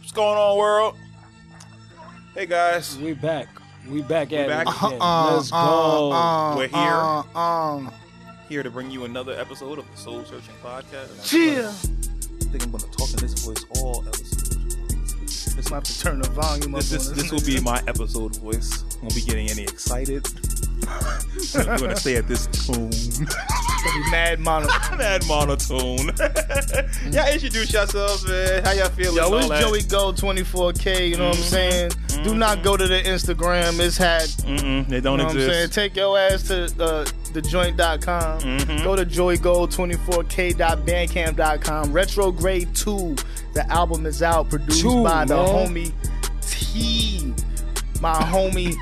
What's going on, world? Hey guys, We back. We back at back. it. Uh-huh, again. uh, Let's go. We're here. Um, here to bring you another episode of the Soul Searching Podcast. chill. I think I'm gonna talk in this voice all episodes. I'm about to turn the volume up. This, this, on this will be my episode voice. Won't be getting any excited. I'm gonna stay at this tune. mad mono. Mad monotone. y'all introduce yourselves, man. How y'all feeling? Yo, and it's all that? Mm-hmm. Joey Gold 24K. You know what I'm saying? Do not go to the Instagram. It's hacked. Mm-mm, they don't You know what I'm saying? exist. Take your ass to uh, thejoint.com. Mhm. Go to joygold24k.bandcamp.com. Retrograde 2. The album is out, produced Two, by the man. homie T. My homie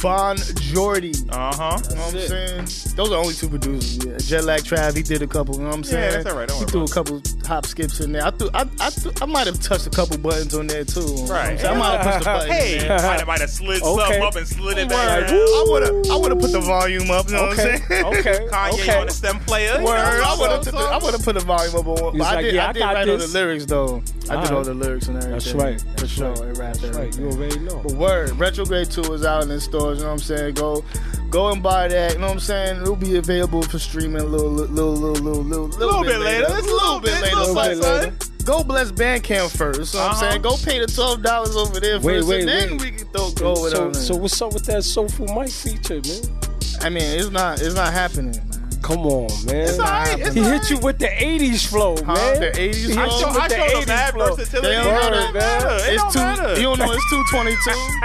Bon Jordy. Uh huh. You know what I'm That's saying? Those are the only two producers. Yeah. Jet Lag Trav, he did a couple. You know what I'm saying? that's all right. Don't He worry threw a about couple hop skips in there. I threw, I, I, threw, I might have touched a couple buttons on there too. You know what I'm Right. saying? I might have pushed a button. Hey, man. might have, might have slid Okay. some up and slid it back. Word. down. I would have, I would have put the volume up. You know Okay. what I'm saying? Okay. Kanye okay. on the stem player. Word. I would have, So- I would have put the volume up on one. He's But I like, did, yeah, I I did got write all this. the lyrics though. I did Alright. all the lyrics and everything. That's right. For That's sure. right. It wrapped That's right. everything. You already know. But word, retrograde two is out in stores. You know what I'm saying? Go, go and buy that. You know what I'm saying? It'll be available for streaming a little, little, little, little, little, A little bit later. It's a little bit later. little but bit later. Go bless Bandcamp first. You know what I'm Uh-huh. saying? Go pay the twelve dollars over there Wait, first, wait, and then wait. we can throw go with so, it. so what's up with that soulful Mike feature, man? I mean, it's not, it's not happening, man. Come on, man. It's all right. It's he all hit you with the '80s flow, man. The 80s He flow? hit you I with the showed him mad '80s flow. versatility. They don't Word, know that. man. It it's don't two. matter. You don't know it's two twenty two.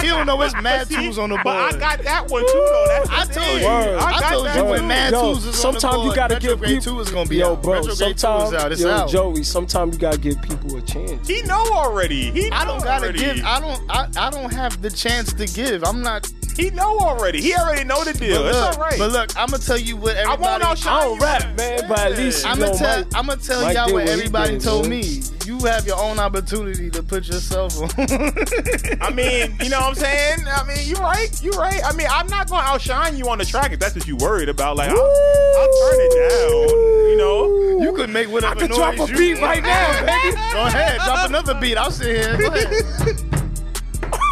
He don't know it's mad See, twos on the board. But I got that one too, though. That's I the told thing. you. Word. I, got told that you Word. when one. Mad Yo, Twos is on the sometime you board, gotta give Retrograde people- two is gonna be Yo, out. bro. Retrograde two Sometimes, is out. It's yo, out. Joey. Sometimes you gotta give people a chance. He know already. He know I don't gotta already. give. I don't. I, I don't have the chance to give. I'm not. He know already. He already know the deal. but it's look, all right. But look, I'm gonna tell you what I everybody. won't outshine I don't you, rap, man, but at least I'm you gonna know, tell. Mike, I'm gonna tell Mike y'all did what, what he everybody did, told man. me. You have your own opportunity to put yourself on. I mean, you know what I'm saying? I mean, you're right. You're right. I mean, I'm not going to outshine you on the track if that's what you worried about. Like, I'll, I'll turn it down, you know? you could make whatever I could noise drop a you beat right want. now, baby. Go ahead, drop another beat. I'll sit here. Go ahead.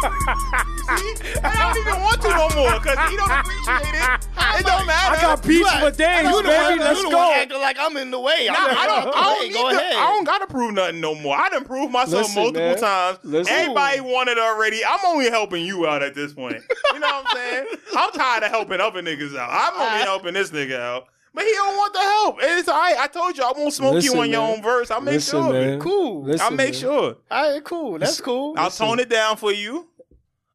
I don't even want to no more because he don't appreciate it. It don't matter. I got beats Right. for days, You the one- baby. Let's you the one go. acting like I'm in the way. I'm Nah, not I in don't. the I way. don't, Go need to, ahead. I don't gotta prove nothing no more. I done proved myself Listen, multiple man. times. Listen. Everybody won it already. I'm only helping you out at this point. You know what I'm saying? I'm tired of helping other niggas out. I'm only Alright. helping this nigga out. But he don't want the help. And It's all right. I told you I won't smoke Listen, you on your man. own verse. I'll make Listen, sure. of it. man. Cool. Listen, I'll make man. sure. All right, cool. That's cool. I'll Listen. tone it down for you.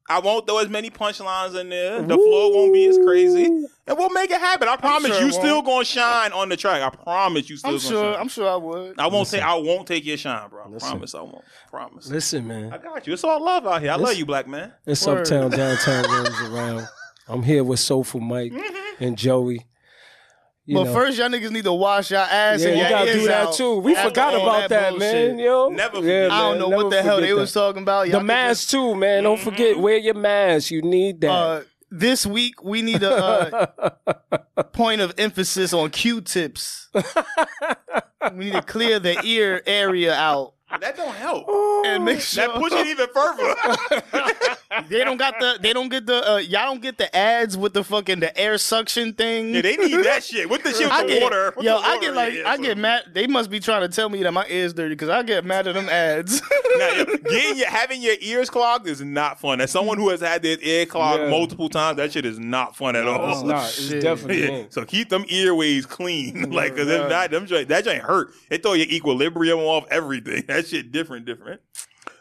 I won't throw as many punchlines in there. The flow won't be as crazy. Woo. And we'll make it happen. I promise sure you it won't. still gonna shine on the track. I promise you still I'm gonna sure. shine. I'm sure I would. I won't take. I won't take your shine, bro. I Listen. promise. I won't. Promise. Listen, I man. got you. It's all love out here. I love Listen. you, black man. It's Word. uptown, downtown, rooms around. I'm here with Soulful Mike and Joey. You but know. first, y'all niggas need to wash your ass. yeah, and you your gotta ears do that out too. We after forgot all about that, bullshit. man. Yo, Never Yeah, forget. I don't man, know what never the hell forget they was that. talking about. Y'all The could mask too, man. Don't forget wear your mask. You need that. just, uh, this week we need a uh, point of emphasis on Q-tips. we need to clear the ear area out That don't help. and make sure That push it even further. They don't got the. They don't get the. Uh, y'all don't get the ads with the fucking the air suction thing. yeah, they need that shit. With the shit with I the get, water. With yo, the I water get in like, it, I so- get mad. They must be trying to tell me that my ears dirty because I get mad at them ads. Now, getting your, having your ears clogged is not fun. As someone who has had their ear clogged Yeah. multiple times, that shit is not fun at all. it's not. oh, It's shit. definitely. Oh, Yeah. ain't. So keep them earways clean, like because Right. if not, them joint, that joint hurt. It throw your equilibrium off everything. That shit different, different.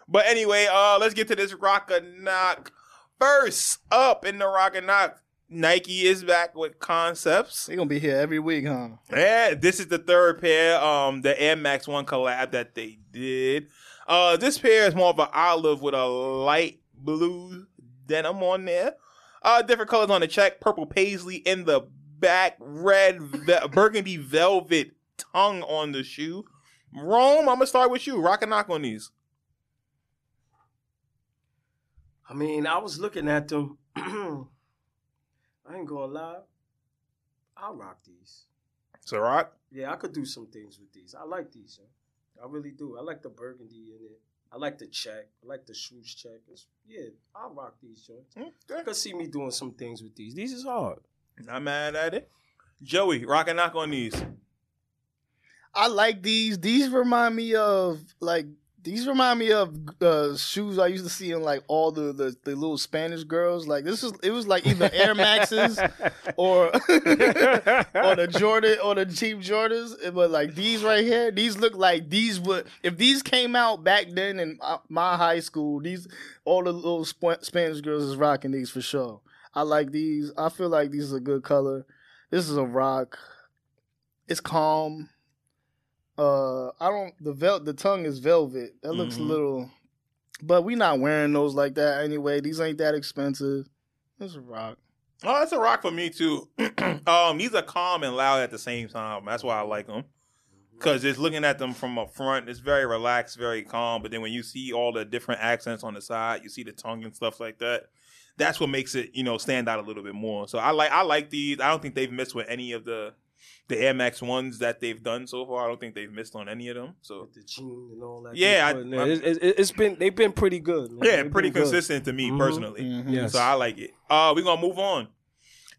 But anyway, uh, let's get to this rock a knock. First up in the rock a knock, Nike is back with concepts. they gonna be here every week, huh? Yeah, this is the third pair, um, the Air Max One collab that they did. Uh, this pair is more of an olive with a light blue denim on there. Uh, different colors on the check: purple paisley in the back, red ve- burgundy velvet tongue on the shoe. Rome, I'm gonna start with you. Rock and knock on these. I mean, I was looking at them. I ain't gonna lie. I'll rock these. So rock. Yeah, I could do some things with these. I like these, yo. I really do. I like the burgundy in it. I like the check. I like the swoosh check. It's, yeah, I rock these joints. I Okay. could see me doing some things with these. These is hard. Not mad at it. Joey, rock and knock on these. I like these. These remind me of like these remind me of uh, shoes I used to see in like all the, the the little Spanish girls. Like this is it was like either Air Maxes or or the Jordan or the cheap Jordans. But like these right here, these look like these would if these came out back then in my- my high school. These all the little Sp- Spanish girls is rocking these for sure. I like these. I feel like these is a good color. This is a rock. It's calm. Uh, I don't the vel- the tongue is velvet. That looks Mhm. a little, but we not wearing those like that anyway. These ain't that expensive. It's a rock. Oh, that's a rock for me too. um, these are calm and loud at the same time. That's why I like them. Cause just looking at them from up front, it's very relaxed, very calm. But then when you see all the different accents on the side, you see the tongue and stuff like that. That's what makes it, you know, stand out a little bit more. So I like I like these. I don't think they've missed with any of the the Air Max ones that they've done so far. I don't think they've missed on any of them. So With the jean and all that. yeah, I, Man, it's, it's- it's been they've been pretty good. Man. yeah, They've pretty been good. consistent to me Mhm. personally. Yes. So I like it. Uh, we're gonna move on.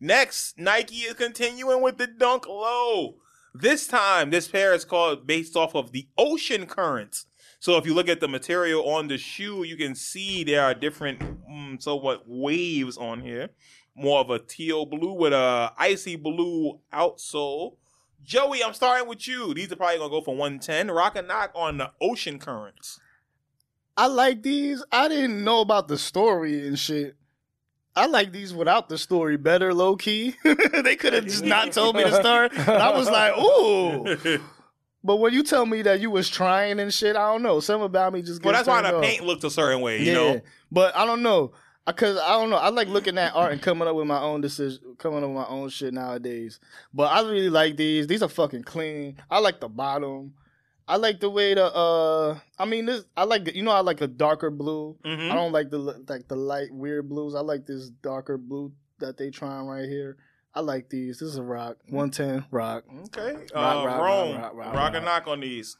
Next, Nike is continuing with the Dunk Low. This time, this pair is called based off of the ocean currents. So if you look at the material on the shoe, you can see there are different, mm, somewhat waves on here. More of a teal blue with a icy blue outsole. Joey, I'm starting with you. These are probably gonna go for 110. Rock and knock on the ocean currents. I like these. I didn't know about the story and shit. I like these without the story better, low key. they could have just not told me the story. And I was like, ooh. But when you tell me that you was trying and shit, I don't know. Something about me just. well, that's gets why turned the off. paint looks a certain way, you know. But I don't know. Because I don't know. I like looking at art and coming up with my own decision, coming up with my own shit nowadays. But I really like these. These are fucking clean. I like the bottom. I like the way the uh I mean this I like the, you know I like the darker blue. Mhm. I don't like the like the light weird blues. I like this darker blue that they trying right here. I like these. This is a rock. Mm-hmm. 110 rock. Okay. Uh, Rock, rock, Rome, rock, rock, rock, rock rock. and knock on these.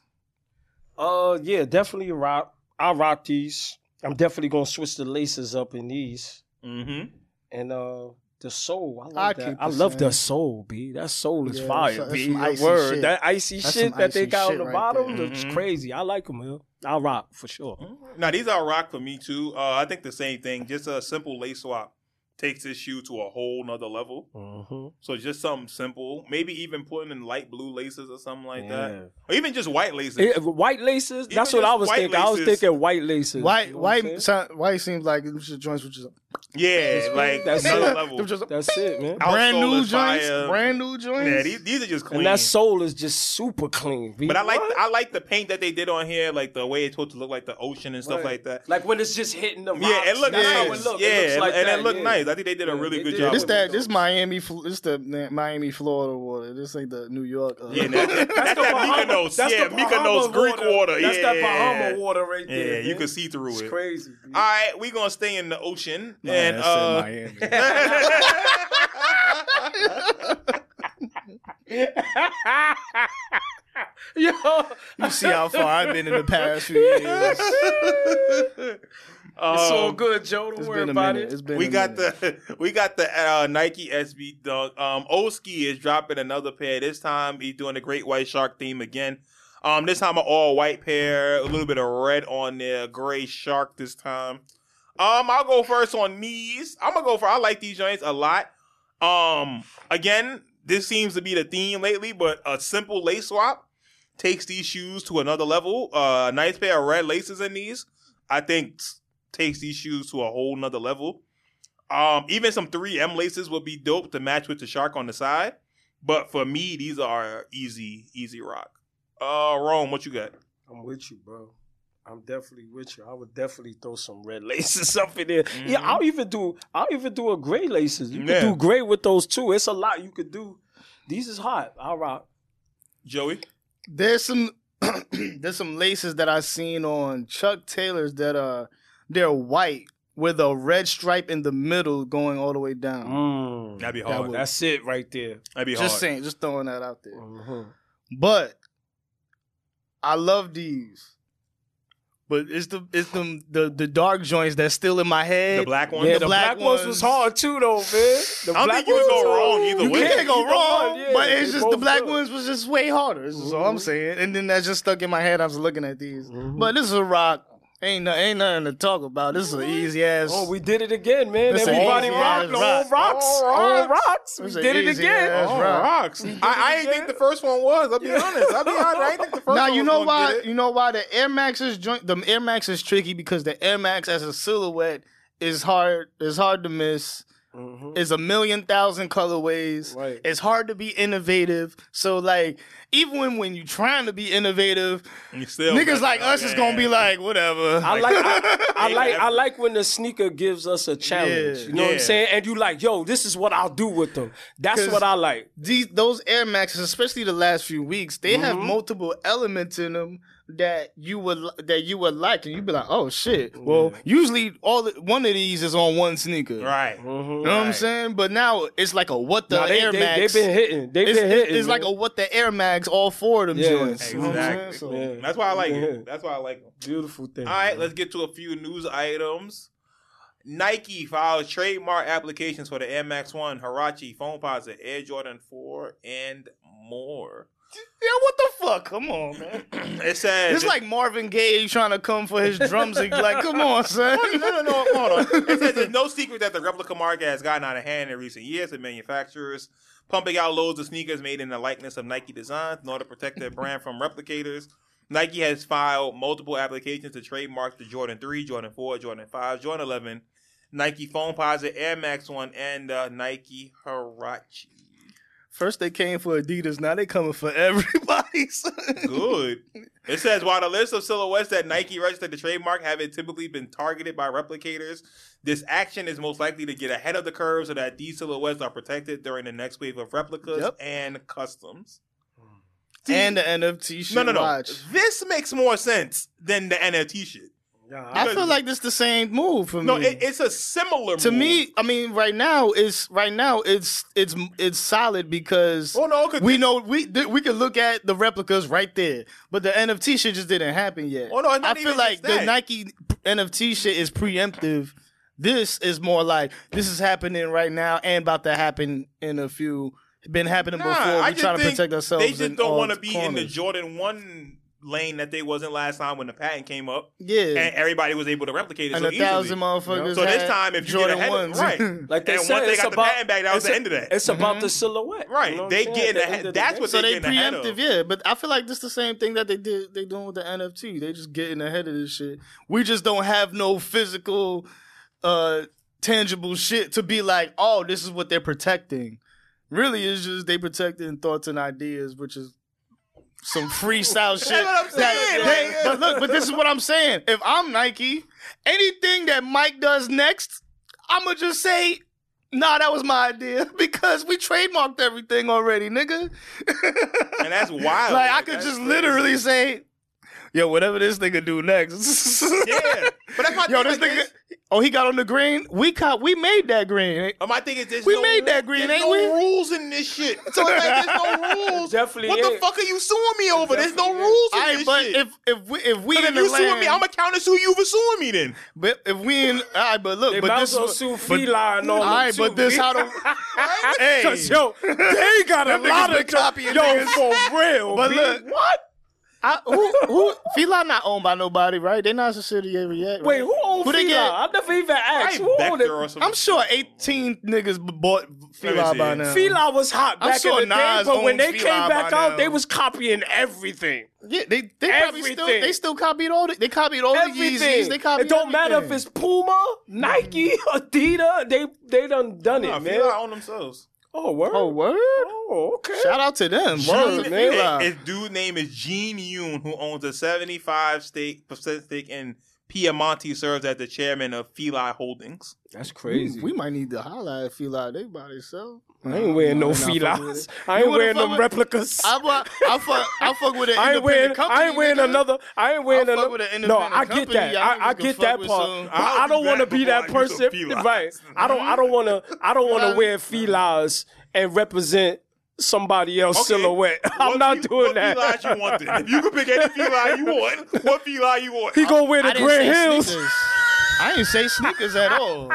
Uh, yeah, definitely a rock. I rock these. I'm definitely gonna switch the laces up in these Mm-hmm. and uh the soul. I I like keep that. I the love same. that soul, b. That soul is Yeah, fire, that's- that's b. some That icy word, shit. that icy That's shit some that they icy got on shit the right bottom there. looks Mhm. crazy. I like them, man. I rock for sure. Now these are rock for me too. Uh, I think the same thing. Just a simple lace swap takes this shoe to a whole nother level. Mm-hmm. So just something simple. Maybe even putting in light blue laces or something like that, or even just white laces. Eh, white laces. Even that's what I just was white thinking. I was laces. thinking white laces. Why You know what I'm why saying? sound, why it seems like them shit joints which is yeah, like That's another it. level. them just That's it, man. Outsole brand new is joints, fire. brand new joints. Yeah, these, these are just clean. And that soul is just super clean. B. but I like What? I like the paint that they did on here, like the way it's supposed to look like the ocean and stuff Right. like that. Like when it's just hitting the rocks. Yeah, it looked that's nice. How it look. Yeah, it looks like and that. it looked yeah. nice. I think they did a Yeah, really they good did. job. This with that- it. this Miami, fl- this the na- Miami, Florida water. This ain't the New York. Uh, Yeah, that, that's, that Bahama- Mykonos. that's yeah, the Bahama Mykonos Greek water. That's yeah. that Bahama water right Yeah, there. you man. can see through It's it. crazy. B. All right, we're going to stay in the ocean. Nah, and that's uh, in Yo, you see how far I've been in the past few years. it's Um, it's um, all good, Joe. Don't It's worry been a about minute. it. It's been We a got minute. the we got the uh, Nike SB Dunk. Um, Oski is dropping another pair this time. He's doing the Great White Shark theme again. Um, this time an all white pair, a little bit of red on there, gray shark this time. Um, I'll go first on these. I'm gonna go for. I like these joints a lot. Um, again, this seems to be the theme lately, but a simple lace swap takes these shoes to another level. Uh, a nice pair of red laces in these, I think, s- takes these shoes to a whole nother level. Um, even some 3M laces would be dope to match with the shark on the side. But for me, these are easy, easy rock. Uh, Rome, what you got? I'm with you, bro. I'm definitely with you. I would definitely throw some red laces up in there. Yeah, Mhm. I'll even do. I'll even do a gray laces. You Yeah. can do gray with those too. It's a lot you could do. These is hot. All right. Joey? There's some there's some laces that I seen on Chuck Taylor's that are they're white with a red stripe in the middle going all the way down. Mm. That'd be That hard. would- That's it right there. That'd Mm, be Just hard. Mm. saying, just throwing that out Mm-hmm. there. Mhm. But I love these. But it's the it's them the the dark joints that's still in my head. The black one. Yeah, The Yeah, the the black black, ones ones. was hard too, though, man. The I don't black think you ones would go was hard. wrong either you way. can't go Either wrong, one, yeah, but it's they just the both black good. ones was just way harder. This is all I'm saying. And then that just stuck in my head. I was looking at these, but this is a rock. Ain't no, ain't nothing to talk about. This is an easy ass. Oh, we did it again, man. Listen, Everybody easy rocked ass on rock. rocks. All On rocks. We It's an did it easy again. ass Oh, rock. rocks. I, I ain't think the first one was. I'll be honest. I'll be honest. I ain't think the first Now one you was know gonna why get it. you know why the Air Max is joint. The Air Max is tricky because the Air Max as a silhouette is hard. Is hard to miss. Mhm. It's a million thousand colorways. Right. It's hard to be innovative. So like, even when, when you trying to be innovative, You still niggas messed like up. us is Yeah. gonna be like, whatever. I like I, I Yeah, like I every- like when the sneaker gives us a challenge. Yeah. you know what Yeah. I'm saying? And you like, yo, this is what I'll do with them. That's 'Cause- what I like. these those Air Maxes, especially the last few weeks, they have multiple elements in them that you would that you would like, and you'd be like, "Oh shit!" Well, usually all the, one of these is on one sneaker, Right. You know what I'm Right. saying? But now it's like a what Mm-hmm. the Nah, they, Air they, Max. have been hitting. They've it's been hitting. it's like a man. what the Air Max. All four of them Yeah. joints. You know what I'm saying? Exactly. So- Yeah. That's why I like Yeah. it. That's why I like it. beautiful thing. All right, let's get to a few news items. Nike filed trademark applications for the Air Max One, Harachi, Phone Pods, the Air Jordan Four, and more. Yeah, what the fuck? Come on, man. It says It's like Marvin Gaye trying to come for his drums. and Like, come on, son. no, no, no, hold on. It says it's no secret that the replica market has gotten out of hand in recent years, and manufacturers pumping out loads of sneakers made in the likeness of Nike designs in order to protect their brand from replicators. Nike has filed multiple applications to trademark the Jordan 3, Jordan 4, Jordan 5, Jordan 11, Nike Phone Pods, the Air Max 1, and the Nike Harachi. First they came for Adidas, now they coming for everybody. son. Good. It says while the list of silhouettes that Nike registered the trademark have typically been targeted by replicators, this action is most likely to get ahead of the curve so that these silhouettes are protected during the next wave of replicas Yep. and customs. and the NFT shit. no, no, no. Watch. This makes more sense than the NFT shit. Yeah, I- I feel like this the same move for me. No, it, it's a similar to move. me, I mean, right now it's right now it's it's it's solid because Oh no, 'cause- we know we th- we can look at the replicas right there, but the NFT shit just didn't happen yet. Oh, no, it's not I feel even like just that. the Nike NFT shit is preemptive. This is more like this is happening right now and about to happen in a few. Been happening nah, before. I We're just trying to think protect ourselves. They in just don't all want to be in the corners. Jordan One lane that they wasn't last time when the patent came up, yeah. and everybody was able to replicate it and so a thousand easily. motherfuckers. So this had time, if you Jordan get ahead, ones, of, right? Like they and said, once they it's got the about, patent back, that was it's the a- end of that. It's about the silhouette. Right. You know what They I'm saying? getting At the ahead- end of the that's day. what so they getting ahead of. preemptive, yeah. But I feel like this the same thing that they did. They doing with the NFT. They just getting ahead of this shit. We just don't have no physical, uh, tangible shit to be like, oh, this is what they're protecting. Really, it's just they protecting thoughts and ideas, which is some freestyle shit. what I'm that- saying, that- like- but look, but this is what I'm saying. If I'm Nike, anything that Mike does next, I'ma just say, nah, that was my idea because we trademarked everything already, nigga. and that's wild. like I could Oh, that's just crazy. literally say, yo, whatever this nigga do next. Yeah, but that's my Yo, thing. this like, nigga. this- Oh, he got on the green. We caught. We made that green. uh, my thing is this. We no, made that green, there's ain't no we? rules in this shit. So it's like, there's no rules. Definitely What the ain't. fuck are you suing me over? There's no Definitely rules in All right, this but shit. if if we if we Because if in the you suing land- me, I'm gonna counter sue you for suing me then. But if we in, all right, but look, They but might this, as well sue Feline all on right, them but too, this B. how the, hey, Cause yo, they got a Them niggas lot been of copying yo niggas. for real. but B. look, what? I, who who Fila not owned by nobody, right? They not subsidiary yet. Right? wait, who owned Who they Feline? get? I never even asked. Who Vector owned it? or some- I'm sure 18 niggas b- bought Fila see. by now. Fila was hot I'm back sure in the Nas day, but when owns they Fila came back by out, now. they was copying everything. yeah, they they probably still Everything. they still copied all the, they copied all the Yeezys. Everything. They copied it don't matter if everything. it's Puma, Nike, Mm. Adidas. They they done done Nah, it, man. feel out on themselves. Oh word. oh word. Oh, okay. Shout out to them. Word, Gene- man. it- His dude name is Gene Yoon, who owns a 75 stake percent stake in Piemonte. Serves as the chairman of Feli Holdings. That's crazy. we, we might need to holler at Fila. They by themselves. I ain't wearing no Nah, nah, fuck with Felas. it. I ain't wouldn't wearing fuck them with- replicas. I, bu- I fuck. I fuck with an I ain't independent wearing. company. I ain't wearing nigga. another. I ain't wearing fuck another. with an No, I independent get that. company. Y'all I, I niggas get can that fuck with part. some- But I don't I'll want to do be that that before I do some person, felines. Mm-hmm. right? I don't. I don't want to. I don't want to wear felines and represent somebody else Okay. silhouette. I'm What not fe- doing what that. Felines you wanted? If you could pick any feline you want, what feline you want? He gonna wear the I didn't say Grand Hills. sneakers. I didn't say sneakers at all.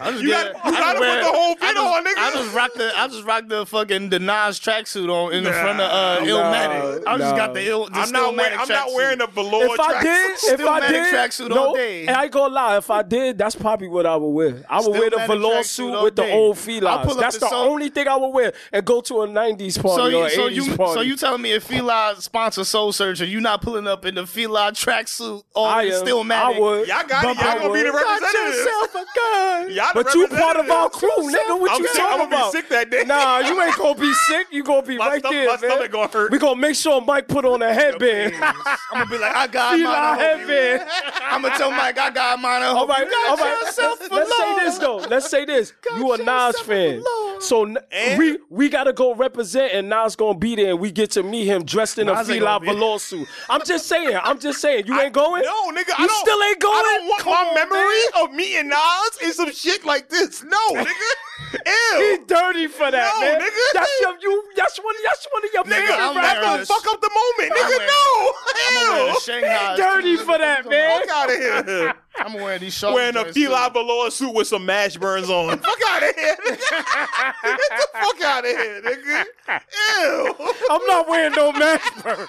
I just You get- gotta, I you just gotta wear- put the whole I fit just, on, nigga. I just rocked the I just rocked the fucking the Nas tracksuit on in the front of uh, Nah, Illmatic. I just nah. got the Ill. The I'm not wearing. Stillmatic I'm not tracksuit. wearing a velour If I tracksuit. did, if Still I mad did, at tracksuit no, all day. and I ain't gonna lie. If I did, that's probably what I would wear. I would Still wear the mad at velour tracksuit suit all with the day. old I'll felines. pull up That's the the so- only thing I would wear and go to a '90s So party or you, an so '80s you, party. so you telling me if Fila sponsor Soul Searcher, you not pulling up in the Fila tracksuit all I in am. Stillmatic? I would. Y'all got it. Bump Y'all gonna be the Hollywood. Got representatives. yourself a gun. Y'all the but you part of our representatives. crew, nigga. What I'm you sick. talking I'm gonna be about? sick that day. Nah, you ain't gonna be sick. You gonna be My right stomach- there, my man. stomach gonna hurt. We gonna make sure Mike put on a headband. I'm gonna be like, I got Fila mine. headband. I'm gonna tell Mike I got mine. All right, you got all right. yourself Let's, let's say this though. Let's say this. you a Nas yourself fan, alone. so n- And- we we gotta go represent, and Nas gonna be there, and we get to meet him dressed in Nas a ain't fila gonna be- velour suit. I'm just saying. I'm just saying. You ain't going. No, nigga. I You don't, still ain't going? I don't want Come my on, memory of me and Nas and some shit like this. No, nigga. He Ew. dirty for that, No, man. nigga. That's your you. That's one. That's one of your Nigga, favorite that's I'm wearing gonna rappers. this. fuck up the moment, nigga. wearing- no, I'm gonna wear hell, the Shanghai. Dirty for that, man. fuck out of here. I'm wearing these shorts. Wearing a Fila Velour suit with some mash burns on. fuck out of here, nigga. Get the fuck out of here, nigga. Ew. I'm not wearing no mask burns.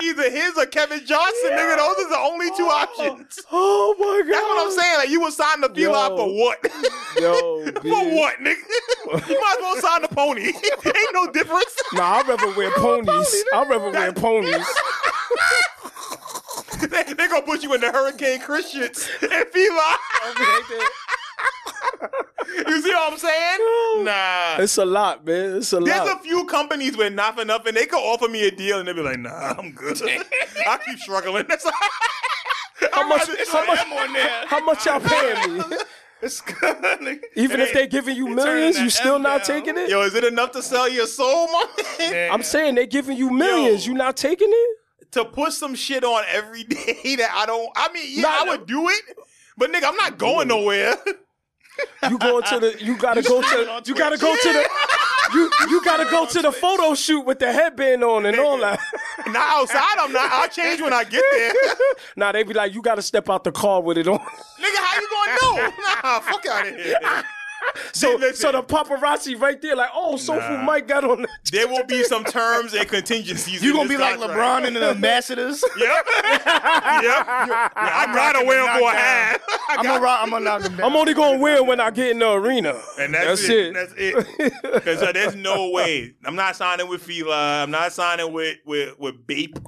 Either his or Kevin Johnson, nigga. Those are the only two options. Oh my god. That's what I'm saying. Like you would sign the Fila Yo. for what? Yo, For bitch. what, nigga? You might as well sign the pony. Ain't no difference. Nah, I'd rather wear ponies. I'd rather wear ponies. they, they gonna put you in the Hurricane Christians and Fila. you see what I'm saying? Nah. It's a lot, man. It's a There's a lot. few companies with not for nothing. They could offer me a deal and they be like, nah, I'm good. I keep struggling. That's how much? How much? I'm on there. How much y'all paying me? It's good. nigga. Even if they giving you millions, that you still M not down. taking it. Yo, is it enough to sell your soul, man? I'm saying they giving you millions, Yo. you not taking it. to put some shit on every day that I don't. I mean, yeah, Nah, I would do it, but nigga, I'm not going nowhere. You going to the? You gotta go to. on You gotta go to the. You you gotta go to the photo shoot with the headband on and all that. not outside. I'm not. I'll change when I get there. Now they be like, you gotta step out the car with it on. nigga, how you gonna know? Nah, fuck out of here. So They- so the paparazzi right there, like, oh, so Nah. Mike got on. the- there will be some terms and contingencies. You in gonna be this like contract. LeBron and the ambassadors? Yep. yep. Nah, I gotta wear them for a hat. I'm gonna rock. I'm gonna knock them down. I'm only gonna wear it when I get in the arena. And that's, it. That's it. Because there's no way. I'm not signing with Fila. I'm not signing with with with Bape.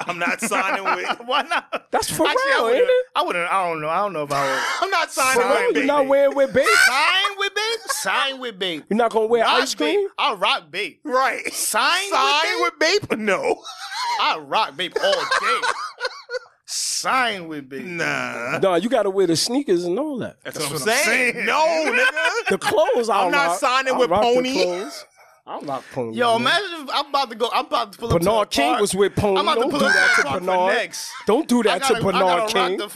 I'm not signing with. Why not? That's for Actually, real, I ain't wouldn't. it? I wouldn't. I don't know. I don't know if I would. I'm not signing For real, with you're Bape. not wearing with babe. Sign with babe. Sign with babe. You're not gonna wear Rock ice cream. Babe. I rock babe. right. Sign, Sign with, with Bape? No. babe. I rock babe all day. Sign with babe. Nah. Nah, you gotta wear the sneakers and all that. That's, That's what, I'm what I'm saying. saying. No, nigga. The clothes, I'll I'm not rock. signing I'll with rock the pony. clothes. I'll rock pony. Yo, man. imagine if I'm about to go. I'm about to pull up. to Bernard the King park. was with pony. I'm about Don't to do pull up that to to the park for Bernard. next. Don't do I that gotta, to I Bernard gotta King. Rock the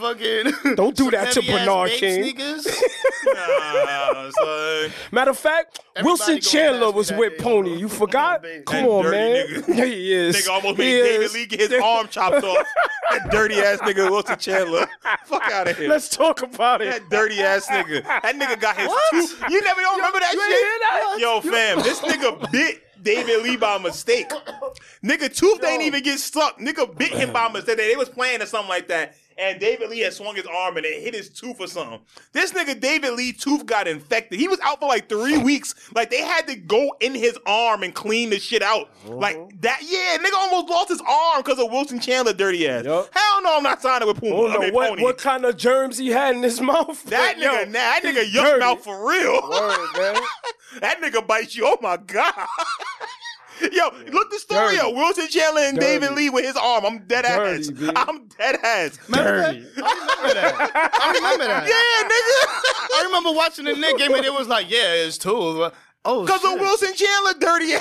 fucking Don't do some that to heavy-ass Bernard Bape King. Sneakers. Nah, son. Matter of fact, Everybody Wilson gonna Chandler ask me was that with day, Pony. bro. You forgot? Come Come on, baby. That on, dirty man. nigga. Yeah, he is. Nigga almost He made David is. Lee get his arm chopped off. That dirty ass nigga Wilson Chandler. Fuck out of here. Let's talk about it. that dirty ass nigga. That nigga got his What? two. You never don't remember that you ain't shit? hear that? Yo, fam, this nigga bit David Lee by mistake. Nigga, tooth didn't even get stuck. Nigga bit him by mistake. They was playing or something like that. And David Lee had swung his arm and it hit his tooth or something. This nigga David Lee tooth got infected. He was out for like three weeks. Like they had to go in his arm and clean the shit out. Uh-huh. Like that, yeah. Nigga almost lost his arm because of Wilson Chandler dirty ass. Yup. Hell no, I'm not signing with Puma. I don't I know mean, what, Pony. what kind of germs he had in his mouth. That but yo, nigga, nah, that he nigga yuck dirty. mouth for real. Word, man. That nigga bites you. Oh my god. Yo, look the story Dirty. up. Wilson Chandler and Dirty. David Lee with his arm. I'm dead Dirty, ass. bitch. I'm dead ass. Dirty. I remember that. I remember that. Yeah, nigga. I remember watching the Nick game and it was like, yeah, it's two. of us. Oh, Because of shit. Wilson Chandler dirty ass.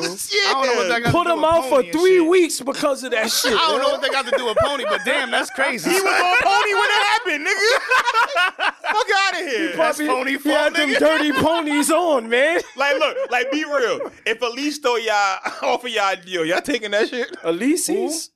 Yeah. I don't know what that got Put to do him with out for Pony and three shit. weeks because of that shit. I don't know what that got to do with Pony, but damn, that's crazy. He was on pony when it happened, nigga. Fuck out of here. That's He- Pony He had fault, them nigga. dirty ponies on, man. Like, look, like, be real. If Elise throw y'all off of y'all deal, y'all taking that shit? Elise's.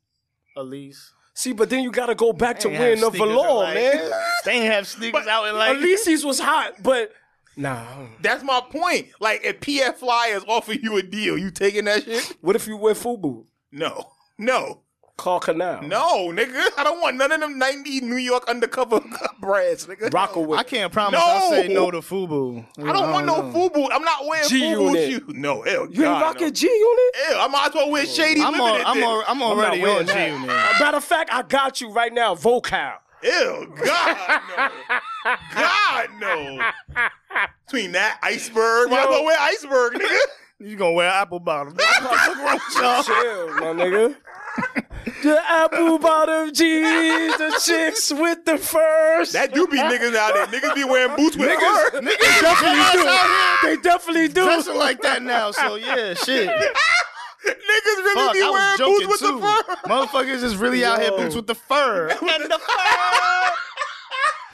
Elise. See, but then you gotta go back to They wearing the have sneakers velour, in, like- man. They ain't have sneakers out in like. Elise's was hot, but nah. I don't- That's my point. Like, if PF Flyers offer you a deal, you taking that shit? What if you wear FUBU? No. No. Call Canal. No, nigga. I don't want none of them 90 New York undercover brands, nigga. Rockaway. I can't promise No. I'll say no to Fubu. I don't want Mm. no FUBU. I'm not wearing FUBU G-Unit. shoes. No, hell, You ain't God, rocking G Unit? no. Hell, I might as well wear Shady I'm, on, Limited. I'm, then. on, I'm I'm not already wearing on G that. Unit. Uh, Matter of fact, I got you right now, vocal. Ew, God, no. God, no. Between that iceberg, why Yo. go wear iceberg, nigga? You gonna wear apple bottoms? What's wrong with y'all? Chill, my nigga. The apple bottom jeans, the chicks with the furs. That do be niggas out there. Niggas be wearing boots with Niggas, fur. niggas definitely do. they definitely do. Dressing like that now, so yeah, shit. Niggas really Fuck, be I wearing boots was joking with too. the fur. Motherfuckers is really out here Yo. boots with the fur.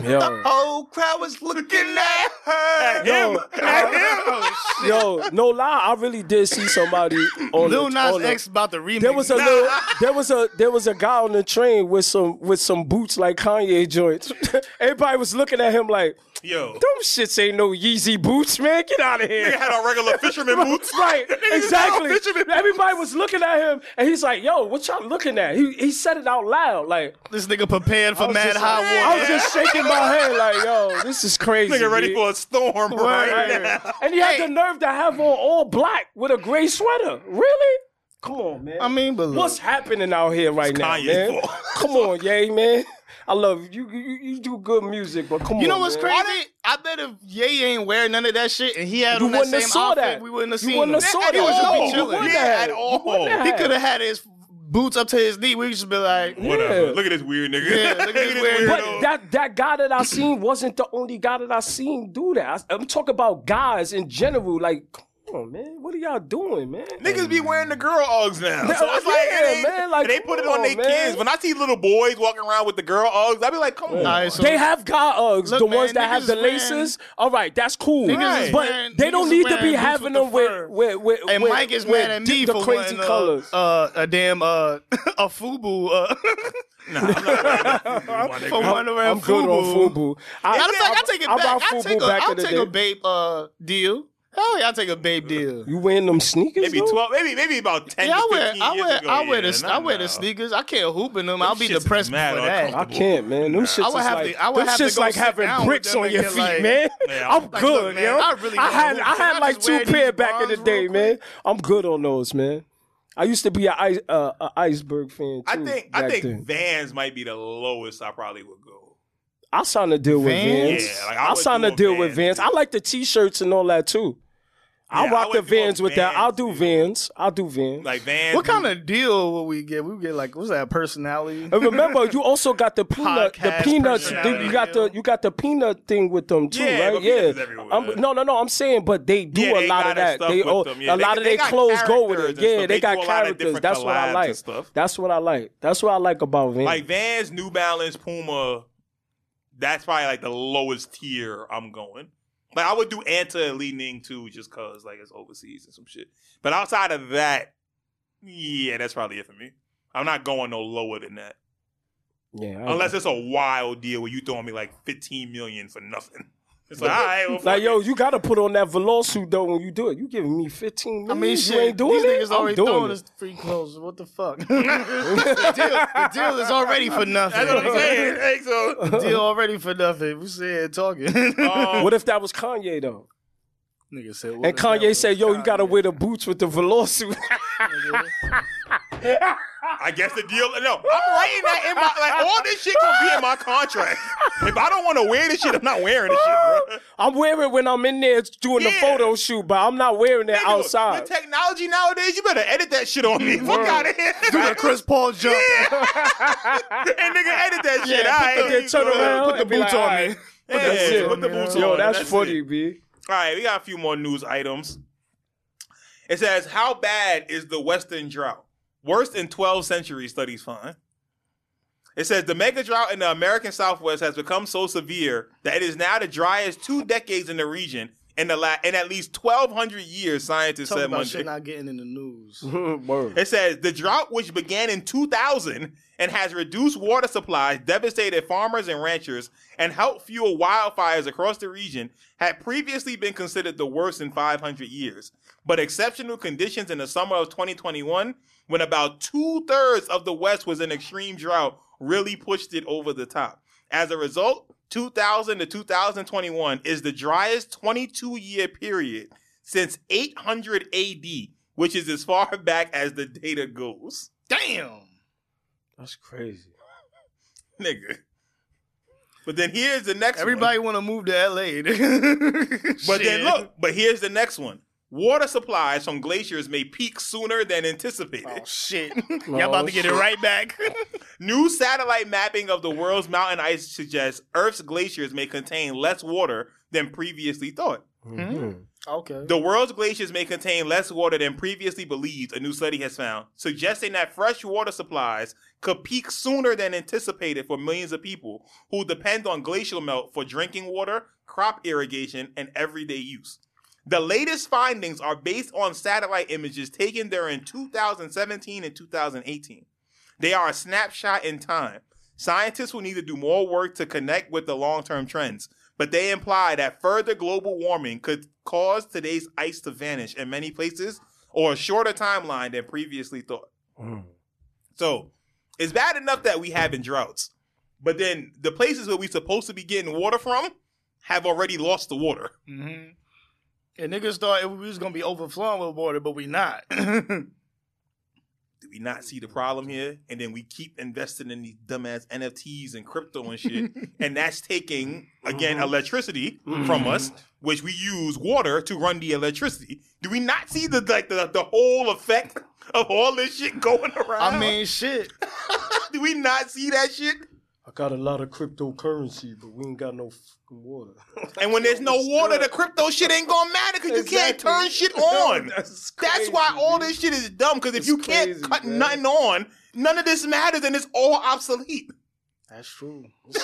Yo, Whole crowd was looking at her. At him. Yo. At him. yo, no lie, I really did see somebody on Lil the, Nas on the- X about to remix. There was a little, there was a there was a guy on the train with some with some boots like Kanye joints. Everybody was looking at him like, Yo. "Them shits ain't no Yeezy boots, man. Get out of Nigga here." had on regular fisherman boots. Right, Niggas had on exactly. Fisherman boots. Everybody was looking at him, and he's like, "Yo, what y'all looking at?" He he said it out loud, like this nigga prepared for I was mad just- high I water. was just shaking my head, like, "Yo, this is crazy." Nigga ready dude." for a storm right, Right. now. And he had the nerve to have on all black with a gray sweater. Really? Come on, man. I mean, but look, What's happening out here right now, Kanye's man? fault. Come on, yay, man. I love you. You, you- you do good music, but come on. you know what's man. crazy? I bet if Ye ain't wearing none of that shit and he had You on that wouldn't same have saw outfit, that. we wouldn't have You seen wouldn't him. have saw He was that. just No, be you chilling. wouldn't Yeah, have. at You all. wouldn't have. He could have had his boots up to his knee. We just be like, Whatever. Yeah. Look at this weird nigga. Yeah, look at this weird But that that guy that I seen wasn't the only guy that I seen do that. I, am talking about guys in general. Like, come on, man, what are y'all doing, man? Niggas be wearing the girl Uggs now. Yeah, So it's like, yeah, it ain't, man, like, they put it come on on, their man. kids. When I see little boys walking around with the girl Uggs, I be like, come on. All right, so They have guy Uggs, Look, the man, ones that niggas have the is wearing- laces. All right, that's cool. Niggas is But wearing- they don't niggas need is to be wearing boots having with the them with, fur. with, with, and with- Mike is with mad at di- me the for crazy wanting, uh, colors. Uh, a damn uh, a fubu. Uh, Nah, I'm not wearing that. for one around I'm good on Fubu. I, Matter of fact, I'll take it I back. bought I'll Fubu take a, back I'll in the take day. a babe uh, deal. Hell yeah, I'll take a Uh, babe deal. You wearing them sneakers? Maybe though? twelve, maybe maybe about ten. Yeah, to I wear, 15 I years wear, ago. I wear Yeah, the, nah, I wear nah. the sneakers. I can't hoop in them. I'll be shits is depressed for mad that. I can't, man. Them shits I would is have like, to- I would them have to shits go like sit down having with bricks them on and your get, feet, like- man. Yeah, I'm like, look, good, man, yo. I really I don't had, know. I Can I had just like two wear these pair back in the bras real day, quick? man. I'm good on those, man. I used to be a, ice- uh, a iceberg fan. Too, I think I back think then. Vans might be the lowest I probably would go. I signed a deal with Vans. Vans? Yeah, like, I I, would signed a do a deal with Vans. Vans. I like the T-shirts and all that too. Yeah, I I rock the would do a Vans with that. Vans I'll do deal. Vans. I'll do Vans. Like Vans. What kind of deal will we get? We get like, what's that personality? and remember, you also got the peanut, the Podcast peanuts. personality. Dude, you got the you got the peanut thing with them too, Yeah, but right? peanuts is Yeah. everywhere. I'm, no, no, no. I'm saying, but they do Yeah, a they lot got of that that. stuff They with all- them. Yeah, a they- lot of they their got clothes go with characters and it. Yeah, stuff. they, They got do a lot of characters. different That's what collabs I and like. stuff. That's what I like. That's what I like about Vans. like Vans, New Balance, Puma? That's probably like the lowest tier I'm going. Like I would do Anta and Li Ning too, just cause like it's overseas and some shit. But outside of that, yeah, that's probably it for me. I'm not going no lower than that. yeah, I- Unless it's a wild deal where you throwing me like 15 million for nothing. It's like, all right, well, fuck Like yo, it. you gotta put on that velour suit though when you do it. You giving me fifteen. I mean, minutes, shit, you ain't doing these it. niggas I'm already doing throwing it. us free clothes. What the fuck? the, deal, the deal is already for nothing. that's what I'm saying. Hey, so, The deal already for nothing. We sit here talking. um, What if that was Kanye though? Nigga said, And Kanye said, "Yo, you gotta wear the boots with the velour suit." I guess the deal. No, I'm writing that in my like all this shit gonna be in my contract. If I don't want to wear this shit, I'm not wearing this shit, bro. I'm wearing it when I'm in there doing the Yeah. photo shoot, but I'm not wearing it Nigga, outside. With technology nowadays, you better edit that shit on me. Fuck out of here. Do the Chris Paul jump. and nigga, edit that shit. Yeah, all put right. then turn Yeah, around Put the and be boots like, on "All me. right." yeah, shit. put the boots on. Yo, that's, it. funny, b. All right, we got a few more news items. It says, "How bad is the Western drought? Worse in 12th century studies find." It says the mega drought in the American Southwest has become so severe that it is now the driest two decades in the region in the la- in at least 1,200 years. Scientists Talk said about shit Monday. not getting in the news. Word. It says the drought, which began in 2000 and has reduced water supplies, devastated farmers and ranchers, and helped fuel wildfires across the region, had previously been considered the worst in 500 years. But exceptional conditions in the summer of 2021, when about two thirds of the West was in extreme drought, really pushed it over the top. As a result, 2000 to 2021 is the driest 22 year period since 800 AD, which is as far back as the data goes. Damn. That's crazy. Nigga. But then here's the next Everybody one. want to move to LA. but But then look, but here's the next one. Water supplies from glaciers may peak sooner than anticipated. Oh shit. Oh, Y'all about to get it shit. right back. New satellite mapping of the world's mountain ice suggests Earth's glaciers may contain less water than previously thought. Mm-hmm. Mhm. okay. The world's glaciers may contain less water than previously believed, a new study has found, suggesting that fresh water supplies could peak sooner than anticipated for millions of people who depend on glacial melt for drinking water, crop irrigation, and everyday use. The latest findings are based on satellite images taken during 2017 and 2018. They are a snapshot in time. Scientists will need to do more work to connect with the long term trends, but they imply that further global warming could cause today's ice to vanish in many places or a shorter timeline than previously thought. Mm. So it's bad enough that we have in droughts, but then the places where we're supposed to be getting water from have already lost the water. Mm-hmm. And niggas thought we was gonna be overflowing with water, but we not. Niggas Do we not see the Mm-hmm. problem here? And then we keep investing in these dumbass NFTs and crypto and shit. and that's taking, Mm-hmm. again, electricity from us, which we use water to run the electricity. Do we not see the like the, the whole effect of all this shit going around? I mean, shit. do we not see that shit? I got a lot of cryptocurrency, but we ain't got no fucking water. And when there's no It's water, good. the crypto shit ain't gonna matter because you can't Exactly. turn shit on. That's That's crazy, why all dude. this shit is dumb. Because if It's you can't crazy, cut man. nothing on, none of this matters, and it's all obsolete. That's true. It's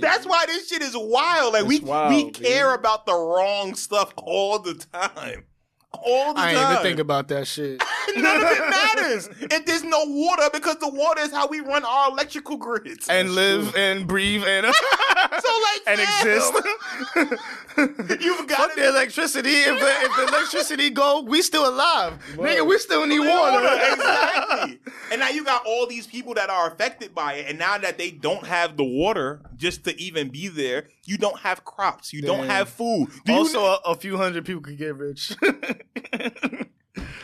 That's why this shit is wild. Like we It's wild, we care dude. about the wrong stuff all the time, all the I ain't time. even think about that shit. None of it matters. And there's no water because the water is how we run our electrical grids. And live and breathe and so like and damn, exist. You've got Fuck the electricity. If the, if the electricity go, we still alive. Nigga, we still need water. exactly. And now you got all these people that are affected by it, and now that they don't have the water just to even be there, you don't have crops, you don't Damn. have food. Do you also, a, a few hundred people could get rich.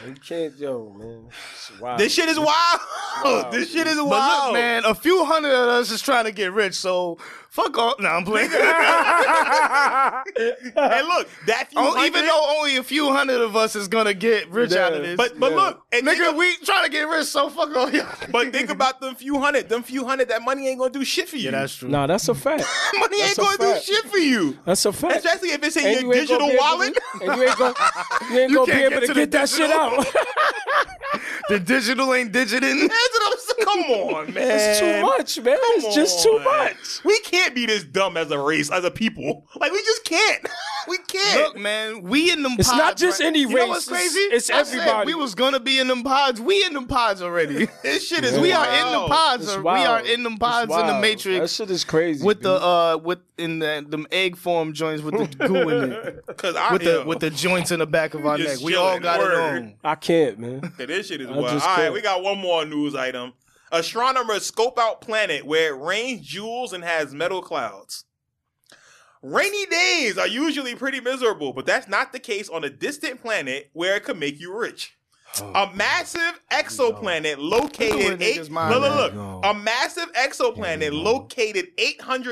You can't, yo, man. It's wild. this shit is wild. Wow. This shit is wild. But look, man, a few hundred of us is trying to get rich, so fuck off. Nah, I'm playing. And look, that few Oh, hundred, even though only a few hundred of us is gonna get rich out of Yeah. this. but but Yeah. look, and think nigga, we trying to get rich, so fuck all y'all. But think about them few hundred. Them few hundred, that money ain't gonna do shit for you. yeah, that's true. Nah, that's a fact. money ain't that's a gonna do fact. shit for you. That's a fact. Especially if it's in And your you ain't gonna digital be able to- wallet. and you ain't gonna, you ain't You gonna be can't able get to to get the that shit out. The digital ain't digiting. That's what I'm saying. Come on, man. it's too much, man. It's just too on. much. We can't be this dumb as a race, as a people. Like we just can't. We can't. Look, man, we in them It's pods. not just right? any You know race, what's it's- crazy? it's I said everybody. we was gonna be in them pods. We in them pods already. this shit is. Yeah. we are in wild. the pods. It's Or we wild. are in them It's pods in the wild. That matrix shit is crazy. with dude. the uh with in the them egg form joints with the goo in it. Cause I With the with the joints in the back of our neck. Just We all chilling. got Word. it on. I can't, man. Okay, this shit is I wild. All just right, couldn't. we got one more news item. Astronomers scope out planet where it rains jewels and has metal clouds. Rainy days are usually pretty miserable, but that's not the case on a distant planet where it could make you rich. A massive exoplanet Doing located eight. niggas mind, Look, man. look, Yo. look. A massive exoplanet Yo. located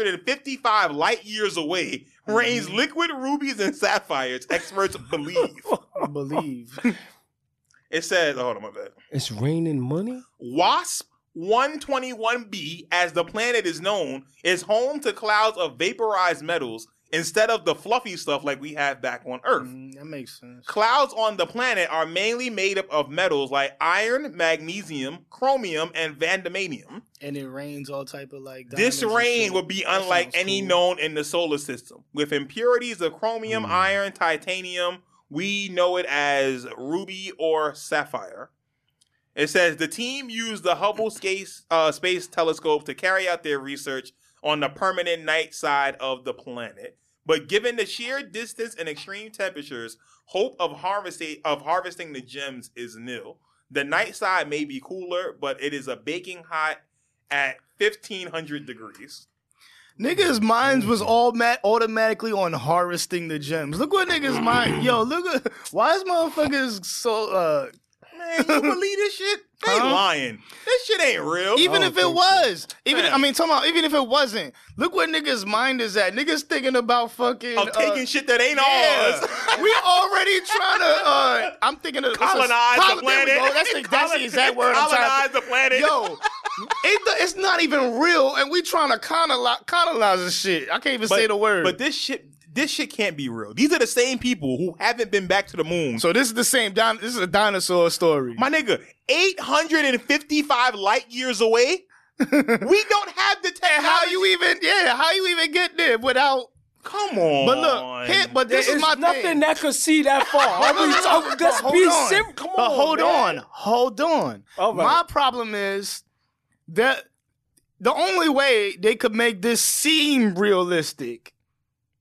855 light years away Mm-hmm. rains liquid rubies and sapphires. Experts believe Believe. it says. Oh, hold on, my bad. It's raining money. WASP 121b, as the planet is known, is home to clouds of vaporized metals, instead of the fluffy stuff like we have back on Earth. Mm, that makes sense. Clouds on the planet are mainly made up of metals like iron, magnesium, chromium, and vandemanium. And it rains all type of like. diamonds This and rain shit. would be That unlike sounds any cool. known in the solar system. With impurities of chromium, Hmm. iron, titanium, we know it as ruby or sapphire. It says the team used the Hubble Space, uh, Space Telescope to carry out their research on the permanent night side of the planet. But given the sheer distance and extreme temperatures, hope of harvesting of harvesting the gems is nil. The night side may be cooler, but it is a baking hot at fifteen hundred degrees. Niggas' minds was all ma- automatically on harvesting the gems. Look what niggas' mind. Yo, look at why is motherfuckers so. uh Man, you believe this shit? They Huh? lying. This shit ain't real. Even I if don't it think was, even Man. I mean, talking about even if it wasn't, look where niggas' mind is at. Niggas thinking about fucking of taking uh, shit that ain't Yeah. ours. we already trying to. Uh, I'm thinking of what's a- colonize col- the there planet. we go. That's the, that's the Colon- exact word I'm Colonize trying. the planet. To, yo, it, it's not even real, and we trying to colonize, colonize this shit. I can't even say the word. But this shit, this shit can't be real. These are the same people who haven't been back to the moon. so this is the same. Don, this is a dinosaur story. My nigga, 855 light years away. we don't have the technology. how you e- even? Yeah, how you even get there without? Come on. But look, here, but this There's is my nothing thing. that could see that far. Are we talking- Let's Hold be on. sim- Come on, But hold man. on, hold on. All right. My problem is that the only way they could make this seem realistic,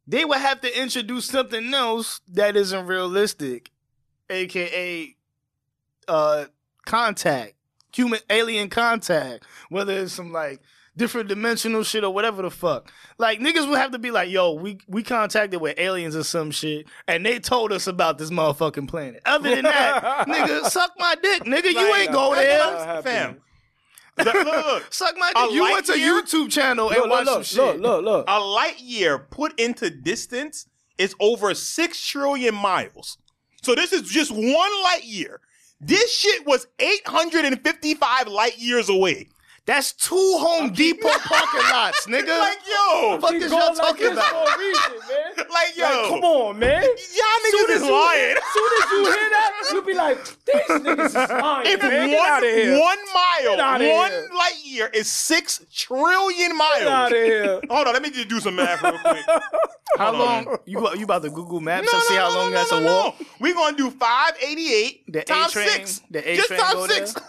they would have to introduce something else that isn't realistic, aka uh, contact, human alien contact, whether it's some like different dimensional shit or whatever the fuck. Like niggas would have to be like, yo, we we contacted with aliens or some shit, and they told us about this motherfucking planet. Other than that, nigga, suck my dick, nigga, you ain't go there. happening. Fam. Look, look, look. Suck my A dick. You went to light year? YouTube channel Look, and look, watched look, some look, shit. look, look. A light year put into distance is over 6 trillion miles. So this is just one light year. This shit was 855 light years away. That's two Home Depot parking lots, nigga. Like, yo. fuck Keep is going y'all like talking this about? for a reason, man. Like, yo. Like, come on, man. Y'all niggas is lying. soon as you hear that, you'll be like, these niggas is lying. If man. Get one, out of here. one mile, outta one here. light year is six trillion miles. Get out of here. Hold on, let me just do some math real quick. How Hold on. long? You you about to Google Maps No, and see no, how no, long no, that's no, a no, walk? no. We're gonna do five eighty eight The times A-train- six. the A-train just go times there? six.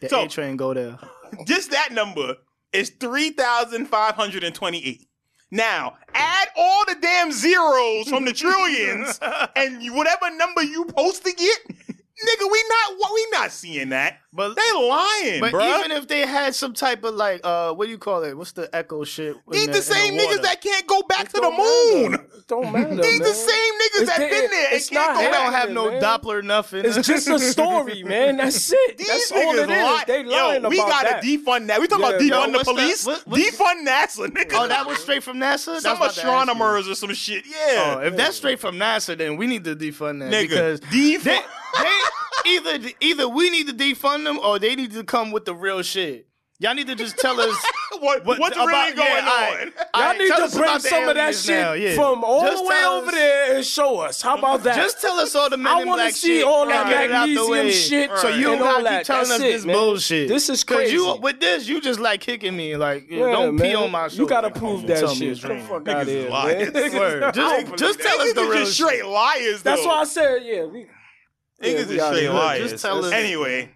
The So- A train go there. Just that number is three thousand five hundred and twenty eight. Now add all the damn zeros from the trillions and you- whatever number you supposed to get, nigga. We not we not seeing that. But They lying, but bruh. even if they had some type of like uh what do you call it? What's the echo shit? in These the, in same water? niggas that can't go back to the Don't moon. matter. Don't matter. These man. the same niggas It's that the- been there and it's can't not go they happening. back. don't have no man. Doppler nothing. It's just a story, man. That's it. These That's niggas all it is. lie. They lying Yo, we about gotta that. defund that. We talking about Yeah. Yo, defund the what's that? police. What- what- defund NASA, nigga. Oh, that was straight from NASA. some That's what I was about to ask you. astronomers or some shit. Yeah, Oh, if that's straight from NASA, then we need to defund that nigga. because Defund. they, they either either we need to defund them or they need to come with the real shit. Y'all need to just tell us what, what what's about, really going yeah, all on? right. Right. All Y'all right, need tell to us bring about the some of that aliens shit now, yeah. from all Just the way tell over us- there and show us. How about that? Just tell us all the men I in wanna black see shit all and that get it out the magnesium way. shit So Right. you and don't all gotta that. keep telling That's us it, this man. bullshit. This is 'Cause crazy. You, with this, you just like kicking me. Like Yeah, don't pee man. on my shoulder. You gotta Like, prove don't that tell me shit. it's Get the raining. fuck Niggas out of is here, lying. man. Word. I Just, don't just Niggas tell us the is real just shit. straight liars. That's though. why I said, yeah, we. yeah, Niggas we is outta straight here. Look, liars. just tell us- Anyway,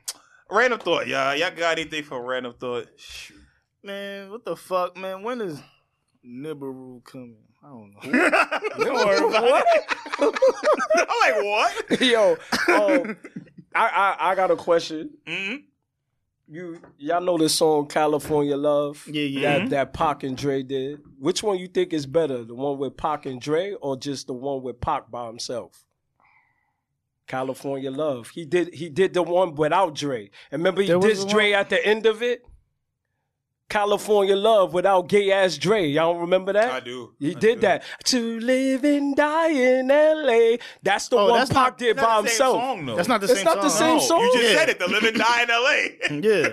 random thought, y'all. Y'all got anything for random thought? Shoot. Man, what the fuck, man? When is Nibiru coming? I don't know. I'm like, what? Yo, um, I, I I got a question. Mm-hmm. Mhm. You y'all know this song California Love? Yeah, yeah. That that Pac and Dre did. Which one you think is better, the one with Pac and Dre, or just the one with Pac by himself? California Love. He did he did the one without Dre. And remember he There was dissed a Dre at the end of it. California Love without gay ass Dre. Y'all don't remember that? I do. He I did do. that. To live and die in LA. That's the Oh, one that's Pac not- did That's by not the same himself. song, though. That's not the It's same. not the song. same No, song? You just Yeah. said it. The living die in L.A. you Yeah.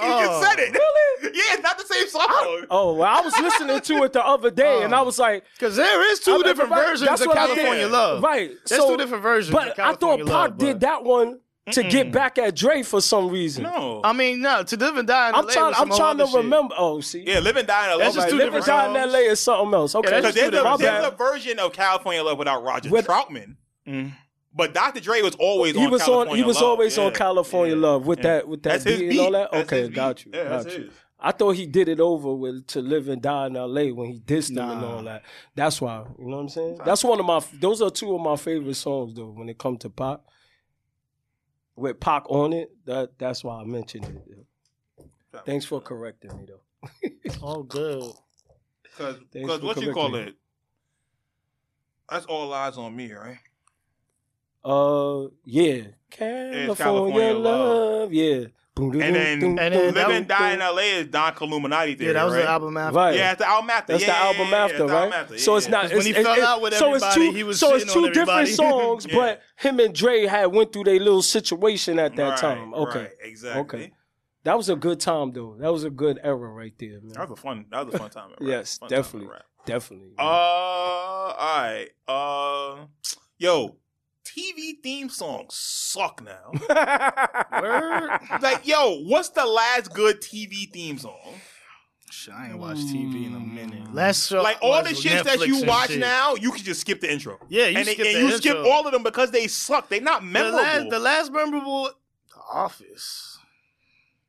Oh. just said it. Really? Yeah, it's not the same song. dog. Oh, well, I was listening to it the other day, and I was like, Because there is two I mean, different right, versions that's of what I mean. California Love. right. There's so, two different versions. of But I thought California Pop Love, did but- that one to get back at Dre for some reason. No. I mean, no, to live and die in I'm LA trying. was I'm some trying to other shit. remember. Oh, see, yeah, live and die in LA. That's just Right, two Live and different Die in songs. L.A. is something else. Okay, that's Because just there's, two a, different- there's my bad. a version of California Love without Roger With- Troutman. But Dr. Dre was always he on was California on. He was Love. always on Yeah. California Yeah. Love with Yeah. that with that That's his beat and all that. That's Okay, his beat. got you. Yeah, that's got you. his. I thought he did it over with to live and die in L.A. when he dissed him and Nah. all that. That's why. You know what I'm saying? That's one of my. Those are two of my favorite songs though. When it comes to Pop, with Pac on it, that that's why I mentioned it. Thanks for correcting me though. Oh, good. Because Thanks for what you call correcting. it? That's all lies on me, right? Uh, yeah, California, California love. Love. yeah. And then, Boom, And Live boom, then that and was- Die in LA is Don Caluminati theory, Yeah, that was right? the album after. right. Yeah, it's the album after. That's Yeah, the album yeah, yeah, after, it's the right? album after. So it's Yeah. not. Because when it's- he it- fell it- out with so it's two. everybody, he was so it's shitting two on different everybody. songs, Yeah. but him and Dre had went through their little situation at that Right, time. Okay, right, exactly. Okay. that was a good time though. That was a good era right there, man. That was a fun. That was a fun time. at rap. Yes, Fun time at definitely, rap. definitely. Uh, all right. Uh, yo, TV theme songs suck now. Word? like, yo, what's the last good TV theme song? Shit, I ain't watched TV in Mm. a minute. Last Hmm. like all the shits that you watch now, you can just skip the intro. Yeah, you and they- skip and the you intro. skip all of them because they suck. They're not The memorable. last, the last memorable, The Office.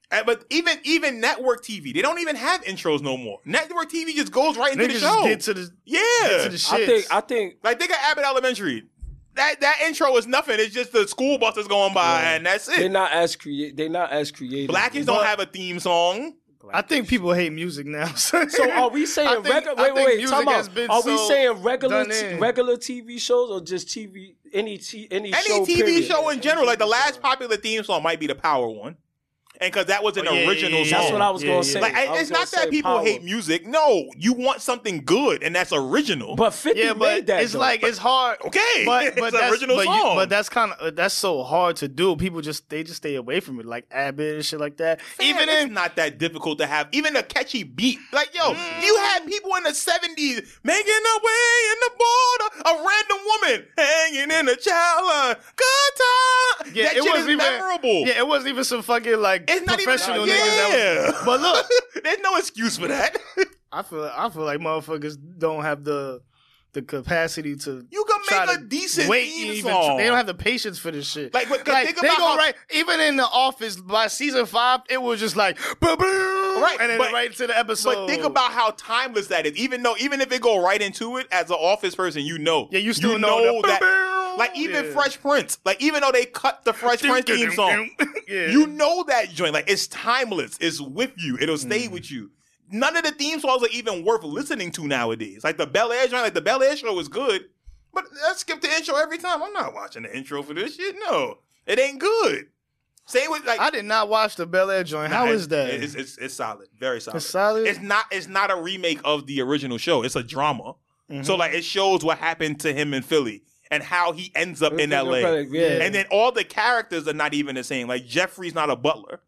Uh, but even even network TV, they don't even have intros no more. Network TV just goes right into Niggas the just show. get to the, yeah, get to the shit. I think. I think. like they got Abbott Elementary. That that intro is nothing. It's just the school bus is going by, and that's They're it. not as creative. They're not as creative. Blackies don't have a theme song. I think people hate music now. so So are we I saying think- regular? I Wait, think wait, wait. music Time has out. been Are we so saying regular done t- in. regular TV shows or just TV any t- any, Any show? TV period? show in general, like the last popular theme song might be the Power one, and because that was an Oh, yeah, yeah, original yeah, song. yeah. That's what I was Yeah, gonna yeah. say. Like, I was it's gonna not that say people power. hate music. No, you want something good, and that's original. but Fifty yeah, but made that. it's though. like it's hard. okay, But it's but an that's original but, song. You, but that's kind of that's so hard to do. People just they just stay away from it, like Abbott and shit like that. even Even it's in not that difficult to have even a catchy beat. Like yo, you Mm. had people in the seventies making a way in the border, a random woman hanging in a child line. Good time. yeah, that it shit wasn't is even memorable. Yeah, it wasn't even some fucking like it's not even professional yeah. niggas. That was- but look, there's no excuse for that. I feel I feel like motherfuckers don't have the the capacity to You can try make a to decent wait theme and even song. tr- they don't have the patience for this shit. Like, but- 'cause think they about go how- right even in the office by season five, it was just like boom, boom, Right, and then but- right to the episode. But think about how timeless that is. Even though, even if it go right into it, as an office person, you know. yeah, you still know, the- Like even Yeah. Fresh Prince. Like even though they cut the Fresh Prince theme song, yeah. you know that joint. Like it's timeless. It's with you. It'll Mm. stay with you. None of the theme songs are even worth listening to nowadays. Like the Bel Air joint, like the Bel Air show was good, but I skip the intro every time. I'm not watching the intro for this shit. No, it ain't good. Same with like I did not watch the Bel Air joint. How Nah, is that? It's, it's, it's solid, very solid. It's solid? It's not. It's not a remake of the original show. It's a drama. So Mm-hmm. like, it shows what happened to him in Philly and how he ends up in L.A. Yeah, And then all the characters are not even the same. Like Jeffrey's not a butler.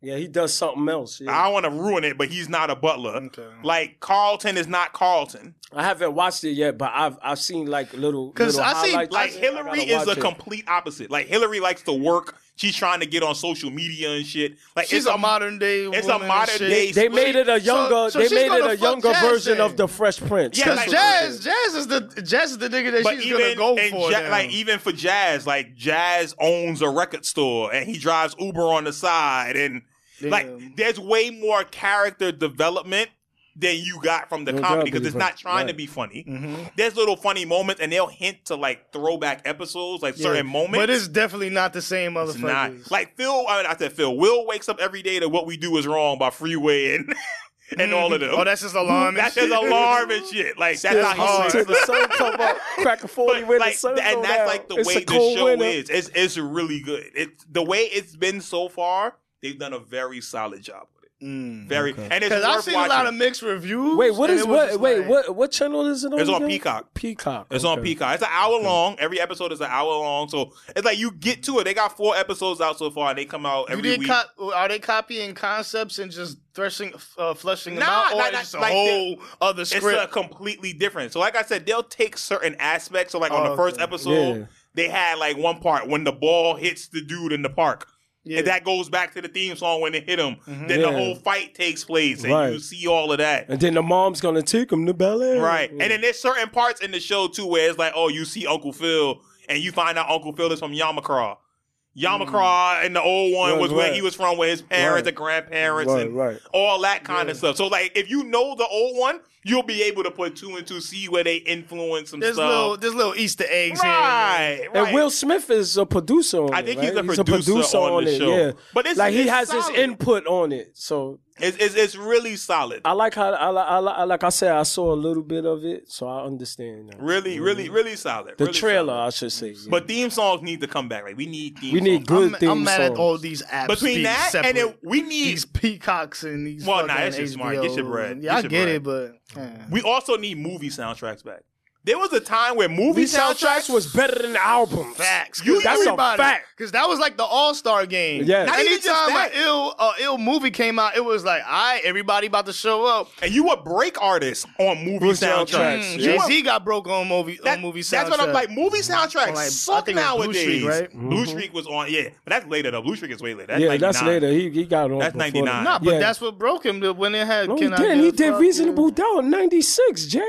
yeah, he does something else. yeah. I don't want to ruin it, but he's not a butler. Okay. Like Carlton is not Carlton. I haven't watched it yet, but I've I've seen like little 'Cause little I seen, highlights. Like I Hillary gotta is the watch it. complete opposite. Like Hillary likes to work. She's trying to get on social media and shit. Like it's She's a, modern day. it's a woman and modern shit. day- They made it a younger. so they she's made it gonna a fuck younger Jazz version then. of the Fresh Prince. Yeah, That's like- Cause what- jazz, jazz is the jazz is the nigga that But she's even gonna go and for. Ja- now. like e-, even for Jazz, like Jazz owns a record store and he drives Uber on the side, and like Damn. there's way more character development than you got from the No comedy doubt, because it's Billy not Bragg. trying to Right. be funny. Mhm. There's little funny moments, and they'll hint to like throwback episodes, like certain moments. but it's definitely not the same It's not motherfuckers. like Phil. I, mean, I said Phil. Will wakes up every day to "What We Do Is Wrong" by Freeway and and all of them. oh, that's his alarm. and that's shit. his alarm and shit. Like that's It's not hard. hard. Till the sun come up, crack a forty But, when like, the sun th- go and that's down. like the It's a way the cold show winter. is. It's it's really good. It's the way it's been so far. They've done a very solid job with it. Very, Okay. and it's worth Because Mm, I've seen watching. a lot of mixed reviews. Wait, what and is it was what? just Wait, like- what? What channel is it on? It's on again? Peacock. Peacock. It's on okay. Peacock. It's an hour long. Every episode is an hour long, so it's like you get to it. They got four episodes out so far, and they come out You every did week. co- are they copying concepts and just threshing, uh, fleshing them Nah, out, or nah, it's nah, just a like whole other it's script? a completely different. So, like I said, they'll take certain aspects. So, like on Oh, the first okay. episode, Yeah. they had like one part when the ball hits the dude in the park, yeah. and that goes back to the theme song when it hit him. Mhm. Then the Yeah. whole fight takes place, and Right. you see all of that. And then the mom's gonna take him to Bel Air. Right. And then there's certain parts in the show too where it's like, oh, you see Uncle Phil and you find out Uncle Phil is from Yamakra. Yamakra and the old one Mm-hmm. Right, was where right. he was from with his parents Right. and grandparents right, and right. all that kind of stuff. So like if you know the old one, you'll be able to put two and two, see where they influence there's themselves. little there's little Easter eggs. here and there. right, right. And Will Smith is a producer on it. I think he's, right? a producer on, the it, show. yeah. But it's like he it's has solid. his input on it. So It's, it's it's really solid. I like how I, li- I, li- I like I said I saw a little bit of it, so I understand. now. Really, really, really solid. Mm-hmm. the really trailer, solid. I should say. yeah. But theme songs need to come back. Like we need theme we songs. need good I'm, theme I'm mad at songs. all these apps between being that and separate. then we need these peacocks and these. Well, nah, fucking that's just HBO. smart. Get your bread. Yeah, I Get your get it, but eh. we also need movie soundtracks back. There was a time where movie These soundtracks, soundtracks was better than the albums. facts. You- that's a fact. Because that was like the All Star game. Yeah. Not even just Anytime an that. ill uh, ill movie came out, it was like, all right, everybody about to show up. and you were break artists on movie Movie soundtracks. soundtracks, Mm, yeah. You Jay were- Z got broke on movie that- on movie soundtrack. That's what I'm like. Movie soundtracks Or like, I suck think it was Blue nowadays. Streak, right? Mm-hmm. Blue Streak was on, yeah, but that's later though. Blue Streak is way later. That's yeah, 99. that's later. He, he got on. That's before 99. that. Nah, but Yeah. that's what broke him the- when it had. No, he Can I Get didn't. a He did Fuck reasonable You? doubt in '96. Jay,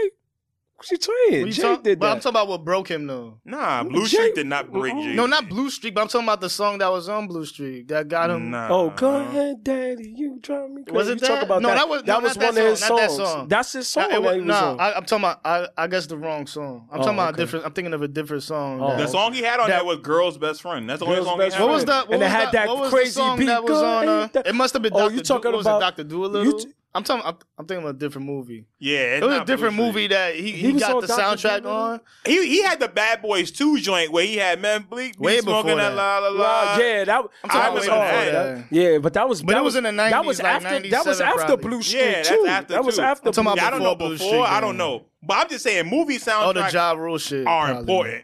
what you What saying? you Jay talk- did But I'm that. talking about what broke him though. Nah, Blue Jay- Streak did not break. Jay. Mm-hmm. No, not Blue Streak, but I'm talking about the song that was on Blue Streak that got him. Nah. Oh, go ahead, daddy. You drive me crazy. Was it you talk that? about No, that. that was- no, was not one that of his song, not that songs. song. That's his Nah, song. it that was, he was nah on. I, I'm talking about. I, I guess the wrong song. I'm Oh, talking about a okay. different. I'm thinking of a different song. Oh. that- The song he had on That- there was "Girl's Best Friend." That's the only Girl's song. Best he had What Friend. on there. was that? What And it was had that what was crazy the song beat, that was on. girl, Uh, ain't that- it must have been. Oh, Dr. you talking Du- what about- was it Doctor you Doolittle? t- I'm talking. I'm, I'm thinking of a different movie. Yeah, it's It was a not Blue different Streak. movie that he, he, He was got on the Dr. soundtrack Doolittle? on. He he had the Bad Boys Two joint where he had man bleak be Way before smoking that that. la la la. Wow, yeah, that, talking that was about hard. way before that. Yeah, but that was But that it was in the 90s, That was like after that was 97 after probably. Blue Street Yeah, that's too. after that was too. after I'm talking Blue about Yeah, I don't know Before Blue before. Streak, I don't yeah. know, but I'm just saying movie soundtracks Oh, the Ja Rule shit are probably. important.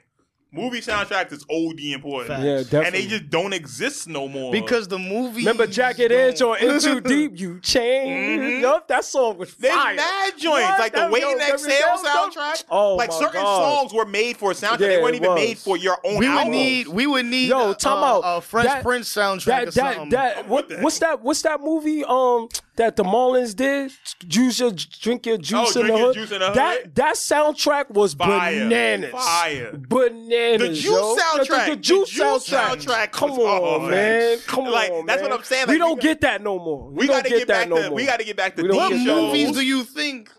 Movie soundtracks is OD important, Facts. Yeah, definitely. and they just don't exist no more because the movie. remember Jacket Edge on Into Deep. You change up. That song was there's Mm-hmm. fire. mad joints What? like the That- Wait yo, and that- Exhale that- soundtrack. Oh like my certain God. songs were made for a soundtrack; Yeah, they weren't it even was. made for your own. we would album. need we would need Yo, a, time a, out. a French That- Prince soundtrack or That something. that that What the what's that what's that movie um that the Marlins did? Juice your drink your juice in Oh, Drink the Your hood. Juice in the Hood? That that soundtrack was Fire. bananas. Fire. Bananas. The Juice yo. soundtrack. The, Juice The Juice soundtrack. soundtrack Come was on, awful. man. Come Like, on. that's man. what I'm saying, like, we we don't got- get that no more. We don't got to get that back no to more. we got to get back to We don't these what shows. get that. movies do you think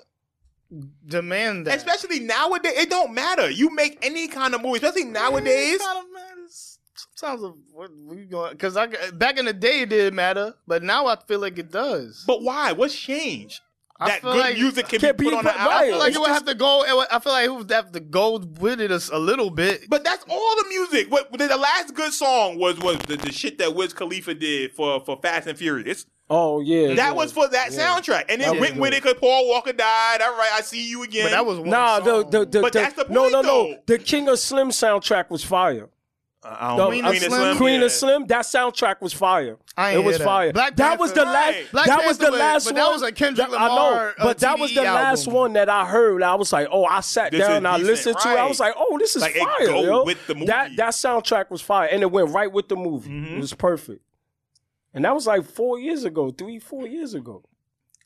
demand that? Especially nowadays, it don't matter. You make any kind of movie, especially nowadays. It kinda matters. Sometimes it- what we going because I back in the day it didn't matter, but now I feel like it does. But why? What's changed? I That feel good like- music can Can't be put be on put- an album. right. I feel like it's you would just- have to go. it would- I feel like who would have to go with it a, a little bit. But that's all the music. What the, the last good song was was the, the shit that Wiz Khalifa did for for Fast and Furious. Oh yeah. yeah. That was for that soundtrack. And then That Whitney was good. Whitaker, Paul Walker died. All right, I see you again. But that was one Nah, the song. the, the, But the- that's the no point, no no. though. The King of Slim soundtrack was fire. Uh, I The- don't know. of Queen of Slim? Slim. Oh, Queen yeah. of Slim. That soundtrack was fire. I ain't it was hear that. fire. Black that was the Panther- Right. last. Black that Panther was the was- last but one. that was a Kendrick I know, Lamar, uh, but that was the TDE album. last one that I heard. I was like, oh, I sat This is down and I decent, listened to it. I was right. like, oh, this is Like, it fire, go yo. with the movie. That that soundtrack was fire, and it went right with the movie. Mhm. It was perfect. And that was like four years ago, three, four years ago.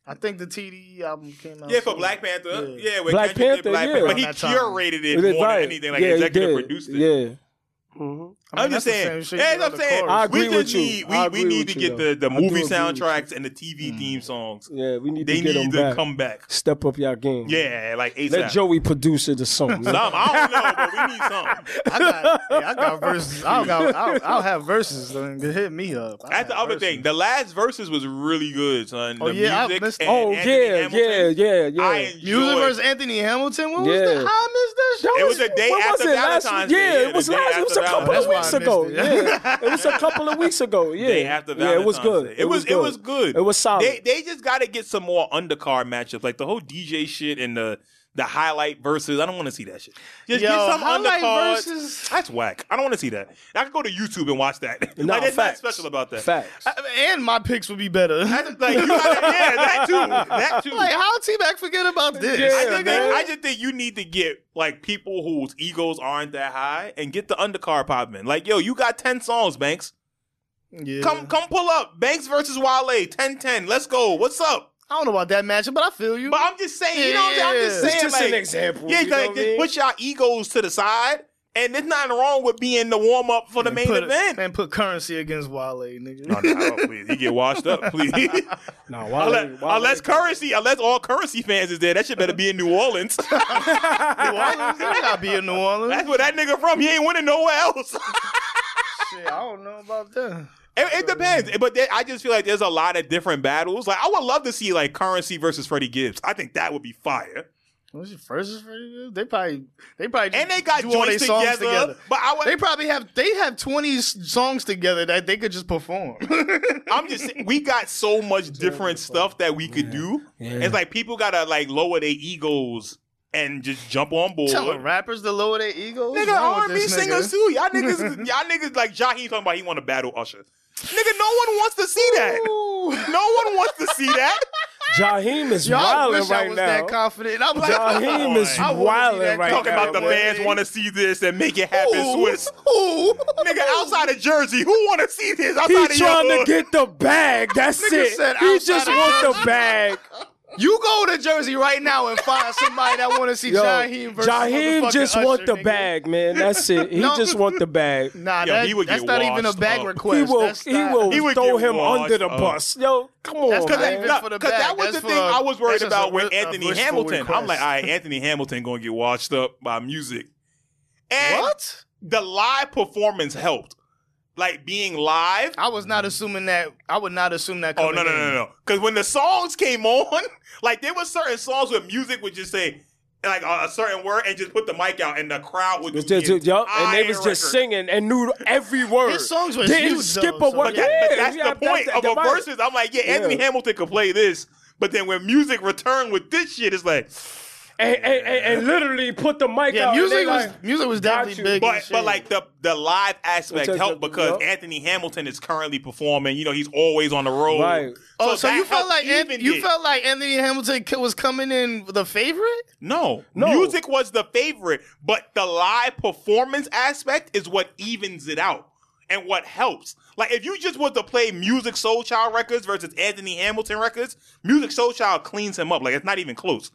I think the TDE album came out. Yeah, for soon. Black Panther. Yeah. Yeah, with Black Kendrick did Panther, Black yeah. Panther. But he Around that time. curated it It is more right. than anything. Like yeah, he executive did. produced it. Yeah. hmm I mean, I'm just that's the saying. same shit Yeah, you that's what I'm got the saying. chorus. I agree we just with you. need we, I we agree need with to you, get though. the, the I do movie agree with you. soundtracks and the TV Hmm. theme songs. Yeah, we need They to get need them to back. come back. Step up your game. Yeah, like ASAP. Let Joey produce it or something. Some, I don't know, but we need something. I got, yeah, I got verses. I'll, got, I'll, I'll have verses. I mean, they hit me up. I That's the got other verses. thing. The last verses was really good, son. Oh, the yeah, I music missed- and oh Anthony yeah, Hamilton, yeah, yeah, yeah. I Music enjoyed. versus Anthony Hamilton. What was Yeah. that? I missed that shit. It was the day what after was it? Last Valentine's week? Day. Yeah, Yeah, it was the day last. It after was a couple Valentine's of That's Day. weeks why weeks ago. Yeah, it was a couple of weeks ago. Yeah, Day after yeah, it was Valentine's good. Day. It, was, it was good. It was solid. They they just got to get some more undercard matchups, like the whole DJ shit and the the highlight versus. I don't want to see that shit. Just Yo, get some highlight undercard. versus- That's whack. I don't want to see that. I can go to YouTube and watch that. Nah, like, there's facts. nothing special about that. Facts. and my picks would be better. I just, like you gotta, yeah, that too. That too. like how T Mac forget about this? Yeah, I, just man. think, I just think you need to get like people whose egos aren't that high and get the undercard popping. Like, yo, you got ten songs, Banks. Yeah. Come come pull up. Banks versus Wale, 10-10. Let's go. What's up? I don't know about that matchup, but I feel you. But I'm just saying, you know what I'm saying? I'm just Yeah. saying It's just like, an example, Yeah, you know like, what I just mean? put your egos to the side. And there's nothing wrong with being the warm up for the main put, event. Man, put currency against Wale, nigga. No, no, no, please. You get washed up, please. Nah, unless, unless currency, unless all currency fans is there, that shit better be in New Orleans. New Orleans, you gotta be in New Orleans. That's where that nigga from. He ain't winning nowhere else. Shit, I don't know about that. It, it depends, but there, I just feel like there's a lot of different battles. Like I would love to see like Currency versus Freddie Gibbs. I think that would be fire. What's your verses for you? They probably, they probably, just And they got do all joints their songs together, But I would, They probably have they have twenty s- songs together that they could just perform. I'm just saying, we got so much different stuff that we could do. Yeah. It's like people gotta like lower their egos and just jump on board. telling rappers to lower their ego. What's Nigga, wrong with R&B this nigga? singers too. Y'all niggas, y'all niggas like Jaheim talking about he want to battle Usher. Nigga, no one wants to see that. Ooh. No one wants to see that. Jaheim is Y'all wish wilding I right was now. that confident. I'm like, Jaheim is I wanna see wilding that right Talking now. about the boy. fans want to see this and make it happen, Swiss. Ooh. Nigga, outside of Jersey, who want to see this? Outside He of trying your to get the bag. That's Nigga said it. He outside just of want the bag. You go to Jersey right now and find somebody that want to see Yo, Jaheim versus Jaheim motherfucking just Usher, want the nigga. bag, man. That's it. He No. just want the bag. Nah, Yo, that, he would that's get not even a washed bag up. request. he will. That's He not- will He would throw get him washed under the up. bus. Yo, come on, That's 'cause man. even No, for the 'cause bag. that was That's the for thing a- I was worried that's just about a with wi- a Anthony wishful Hamilton. I'm request. like, all right, Anthony Hamilton gonna get washed up by music. And What? the live performance helped. Like being live. I was not assuming that. I would not assume that. Oh coming no, no, in. no, no. Because when the songs came on, like there were certain songs where music would just say like a, a certain word and just put the mic out and the crowd would Was do just- the yup, and they was entire just record. singing and knew every word. His songs were Didn't huge, skip though, a so word. But, that- but Yeah, that's yeah, the point that- of a that- versus. I'm like, yeah, Anthony Yeah. Hamilton could play this, but then when music returned with this shit, it's like, And, and, and, and literally put the mic Yeah, out. and they music was like, music was got you. definitely big. but as but shit. like the the live aspect Which is- helped because yeah. Anthony Hamilton is currently performing. You know, he's always on the road. Right. oh, so, that you felt helped like An- even you it. felt like Anthony Hamilton ki- was coming in the favorite. no, No. music was the favorite, but the live performance aspect is what evens it out and what helps. Like if you just were to play music Soul Child records versus Anthony Hamilton records, music Soul Child cleans him up. Like it's not even close.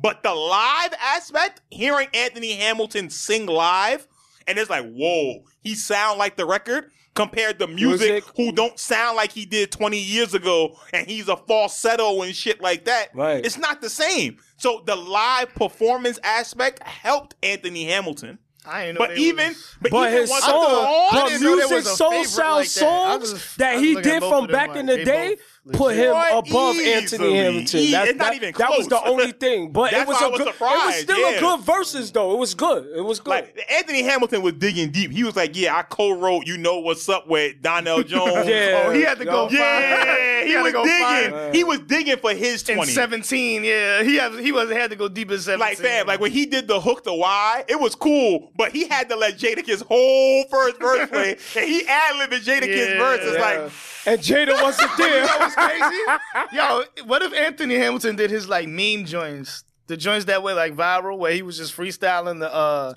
But the live aspect, hearing Anthony Hamilton sing live, and it's like, whoa, he sound like the record compared to music, Music. who don't sound like he did 20 years ago, and he's a falsetto and shit like that. Right. It's not the same. So the live performance aspect helped Anthony Hamilton. I ain't know. But they even, was- but, But even his once song, the- I but didn't know there music, was a soul favorite sound like that. I songs just- I that just he look at did both from of them back like in the they day both put him legit. above Easily. Anthony Hamilton. E- That's it's not that, even That was the close. only thing, but That's it was why I a was good. It was surprised, still yeah. a good verses though. It was good. It was good. Like Anthony Hamilton was digging deep. He was like, "Yeah, I co-wrote. You know what's up with Donnell Jones. Yeah. oh, he had to yo. go. Yeah, find, he, had was to go digging. find He was digging for his in twenty. seventeen. Yeah, he had he was had to go deep in seventeen. like fam, like when he did the hook to Y, it was cool, but he had to let Jadakiss whole first verse play, and he ad libbing Jadakiss Yeah. verse. It's like, and Jada wasn't there. That was crazy. Yo, what if Anthony Hamilton did his like meme joints? The joints that went like viral where he was just freestyling the uh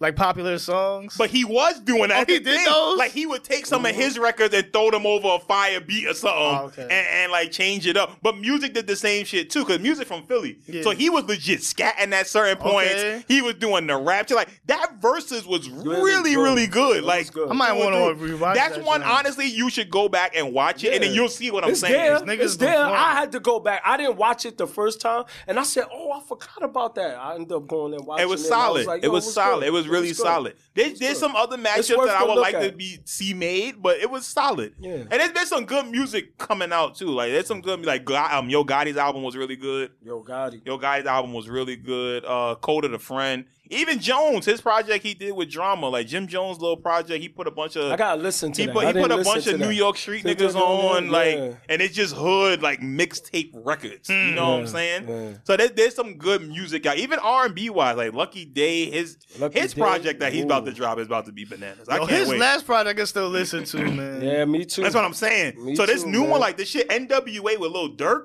like popular songs. but he was doing that. Oh, he That's the did thing. those? Mm-hmm. Like he would take some of his records and throw them over a fire beat or something, Oh, okay. and, and like change it up. But music did the same shit too, cause music from Philly, Yeah. so he was legit scatting at certain points. Okay. He was doing the rap, shit. like that verses was really, really good. good. That like was good. I might through and wanna through. rewatch That's that one. joint. Honestly, you should go back and watch it, and then Yeah. you'll see what I'm it's saying. there. niggas It's there. perform. I had to go back. I didn't watch it the first time, and I said, "Oh, I forgot about that." I ended up going and watching. It was and I solid. like, it yo, was what's solid. good? It was really What's good? solid. There's, there's good. some other It's matchups worth that I to would look like to at. be see made, but it was solid. Yeah. And there's been some good music coming out too. Like there's some good like Ga- um Yo Gotti's album was really good. Yo, Gotti. Yo Gotti's album was really good. Uh Code of the Friend. Even Jones, his project he did with drama, like Jim Jones' little project, he put a bunch of I gotta listen to he that. put, I he didn't put a listen bunch to of New that. York street So it niggas doesn't matter, on, like, yeah. Hmm. and it's just hood, like mixtape records. You know what I'm Yeah, saying? yeah. So there, there's some good music out, even R and B wise. Like Lucky Day, his Lucky his Day, project that he's about to ooh. drop is about to be bananas. I Yo, can't his wait. last project I still listen to, man. Yeah, me too. That's what I'm saying. Me so this too, new one, man. like this shit, NWA with Lil Durk.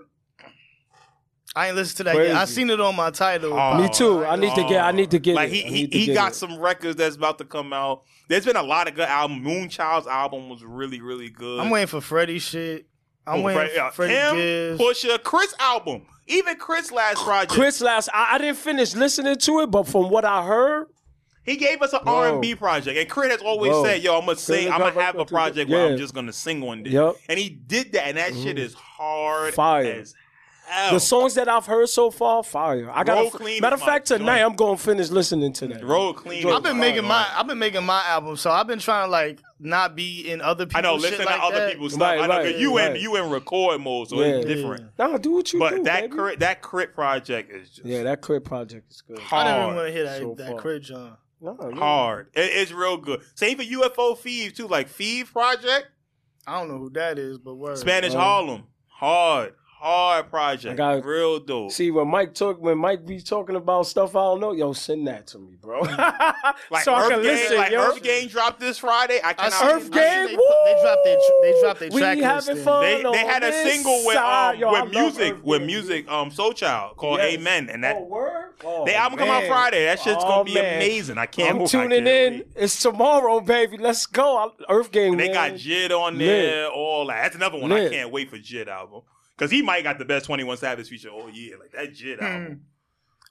I ain't listened to that Crazy. yet. I seen it on my title. Oh. Me too. I need to get. I need to get. Like it. he I he, need to he get got it. some records that's about to come out. There's been a lot of good albums. Moonchild's album was really really good. I'm waiting for Freddie shit. I'm Oh, waiting Fred- yeah, for Freddie him, Gibbs. Pusha, Chris album, even Chris last project. Chris last. I, I didn't finish listening to it, but from what I heard, He gave us an R Whoa. and B project, and Chris has always Whoa. said, "Yo, I'm gonna Chris sing. has I'm gonna got have a records. project where I'm Yeah. just gonna sing one day." Yep. Mm. And he did that, and that shit is hard Fire. as hell. the songs that I've heard so far, fire. I Roll got. Clean Matter is of my fact, tonight joint. I'm gonna finish listening to that. Road clean. I've been making my I've been making my album, so I've been trying to like not be in other people's I know. shit Listen like to other that. people's stuff. Right, I know 'cause right, you in right. you in record mode, so it's Yeah. different. Nah, do what you But do. that baby. crit, that crit project is just Yeah, that crit project is good. hard. I never want to hear that so that far. Crit John. Nah, nah. hard. It- it's real good. Same for UFO Thieves too. Like Thieves project, I don't know who that is, but word. Spanish Um, Harlem, hard, hard project. I got- real dope. See when Mike talk when Mike be talking about stuff I don't know, yo, send that to me, bro. Mm. like so I Earth can Gang, listen, like yo. Earth Gang dropped this Friday. I I cannot. seen- I Earth seen Gang, they, put- they dropped their tr- they woo! dropped their We track list. having in. fun. They, on they had a this single with um, side. Yo, I with love music Earth with Gang, music um Soul Child called Yes. Amen and that oh, word? Oh, the album come out man. Friday. That shit's Oh, gonna be man. amazing. I can't. I'm I tuning can't in. wait. It's tomorrow, baby. Let's go. I- Earth Gang. And they got man. Jid on Lit. there. All that. That's another one. I Lit. can't wait for Jid album because he might got the best Twenty One Savage feature all year. Like that Hmm. Jid album.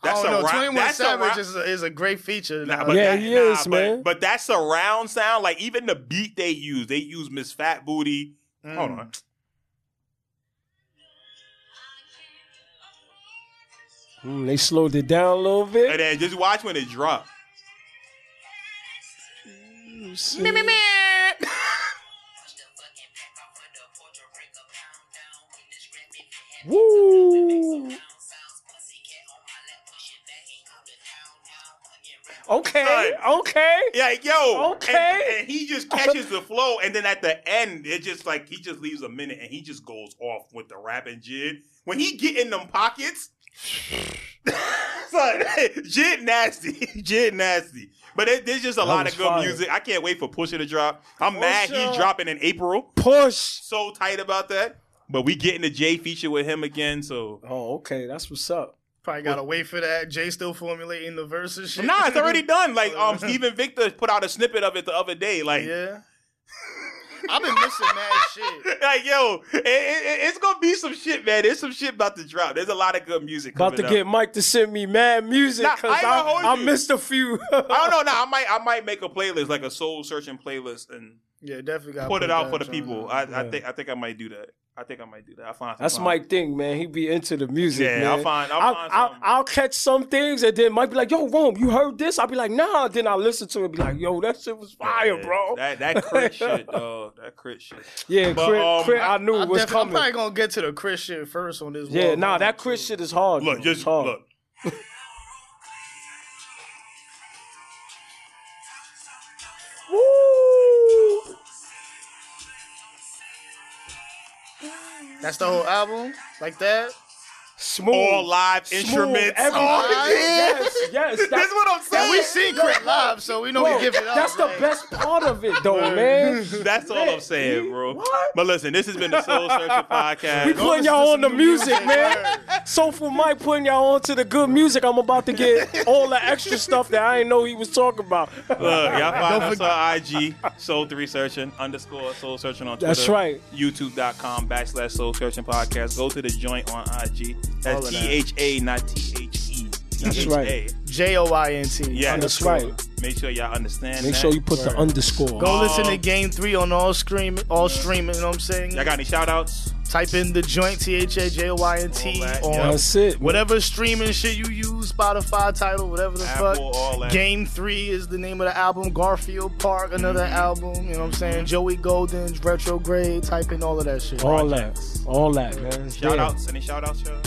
Hmm. I don't know. ra- Twenty One that's a ra- Savage is, a, is a great feature. Nah, now. but Yeah, that, he nah, is, but, man. But that surround sound, like even the beat they use, they use Miss Fat Booty. Hold Mm. on. Mm, they slowed it down a little And bit. then just watch when it drops. You see? Woo. Okay. Okay. Yeah, yo. Okay. And, and he just catches the flow, and then at the end, it just like he just leaves a minute, and he just goes off with the rap and Jid. When he get in them pockets, it's like Jid nasty, Jid nasty. But it, there's just a That lot was of good fire. music. I can't wait for Pusha to drop. I'm mad he's Pusha. dropping in April. Push. So tight about that. But we getting the J feature with him again, so. Oh, okay. That's what's up. Probably gotta wait for that. Jay still formulating the verses. Shit. Nah, it's already done. Like um, Steven Victor put out a snippet of it the other day. Like, Yeah. I've been missing mad shit. like yo, it, it, it- it's gonna be some shit, man. There's some shit about to drop. There's a lot of good music. About to coming get Up. Mike to send me mad music Nah, I because ain't gonna hold I, I you. missed a few. I don't know. Nah, I might, I might make a playlist, like a soul searching playlist, and Yeah, definitely got put, it out for the people. I, I Yeah. think, I think I might do that. I think I might do that. I find some That's time. Mike thing, man. He be into the music. Yeah, man. I'll find- I'll find I'll, something. I'll catch some things, and then Mike be like, "Yo, Rome, you heard this?" I'll be like, "Nah." Then I will listen to it, be like, "Yo, that shit was fire, Yeah, bro." That that crit shit, dog. That crit shit. yeah, But, crit, um, crit, I, knew I it was definitely- I'm coming. probably gonna get to the Chris shit first on this. Oh, yeah, wall, nah, man. that crit shit is hard. Look, bro. just It's hard. look. Woo! That's the whole album, like that. Smooth, All live instruments. Smooth, Oh, yeah. yes, yes. That's that- what I'm Yeah, saying. we seen Crit live, so we know Bro, we give it up. That's the right? best part of it, though, man. That's all I'm saying, bro. But listen, this has been the Soul Searcher podcast. We Don't putting listen to y'all on some the new music, man. Word. Soulful Mike putting y'all on to the good music. I'm about to get all the extra stuff that I didn't know he was talking about. Look, y'all find us on IG, Soul Three Searching underscore Soul Searching on Twitter. That's right. YouTube.com backslash Soul Searching podcast. Go to the joint on IG. All That's of that. T H A, not T H E. That's right. J O I N T. Yeah, That's right. Make sure y'all understand. Make that. sure you put the underscore. Go listen to Um, Game Three on all streaming, all streaming. You know what I'm saying? Y'all got any shout outs? Type in the joint T H A J O Y N All T that, on yeah. That's it. whatever streaming shit you use, Spotify title, whatever the Apple, fuck. all that. Game Three is the name of the album. Garfield Park, another album. You know what I'm saying? Joey Golden's Retrograde. Type in all of that shit. All that. All that, man. Shout Yeah. outs? Any shout outs, y'all?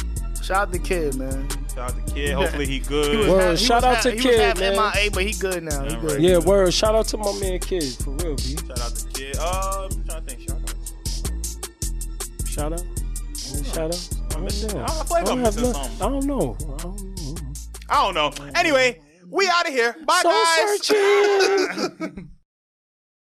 Shout out the kid, man. Shout out to Kid. Hopefully he good. Word, half- shout out half- to he Kid, was half man. MIA, but he good now. He Yeah, good. right. Yeah, word. Shout out to my man Kid for real, B. Shout out to Kid. Uh, I'm trying to think. Shout out. Shout out. Shout out. I'm missing- Yeah. I feel like I don't I'm have missing nothing. something. I don't know. I don't know. I don't know. Anyway, we out of here. Bye Soul guys. searching.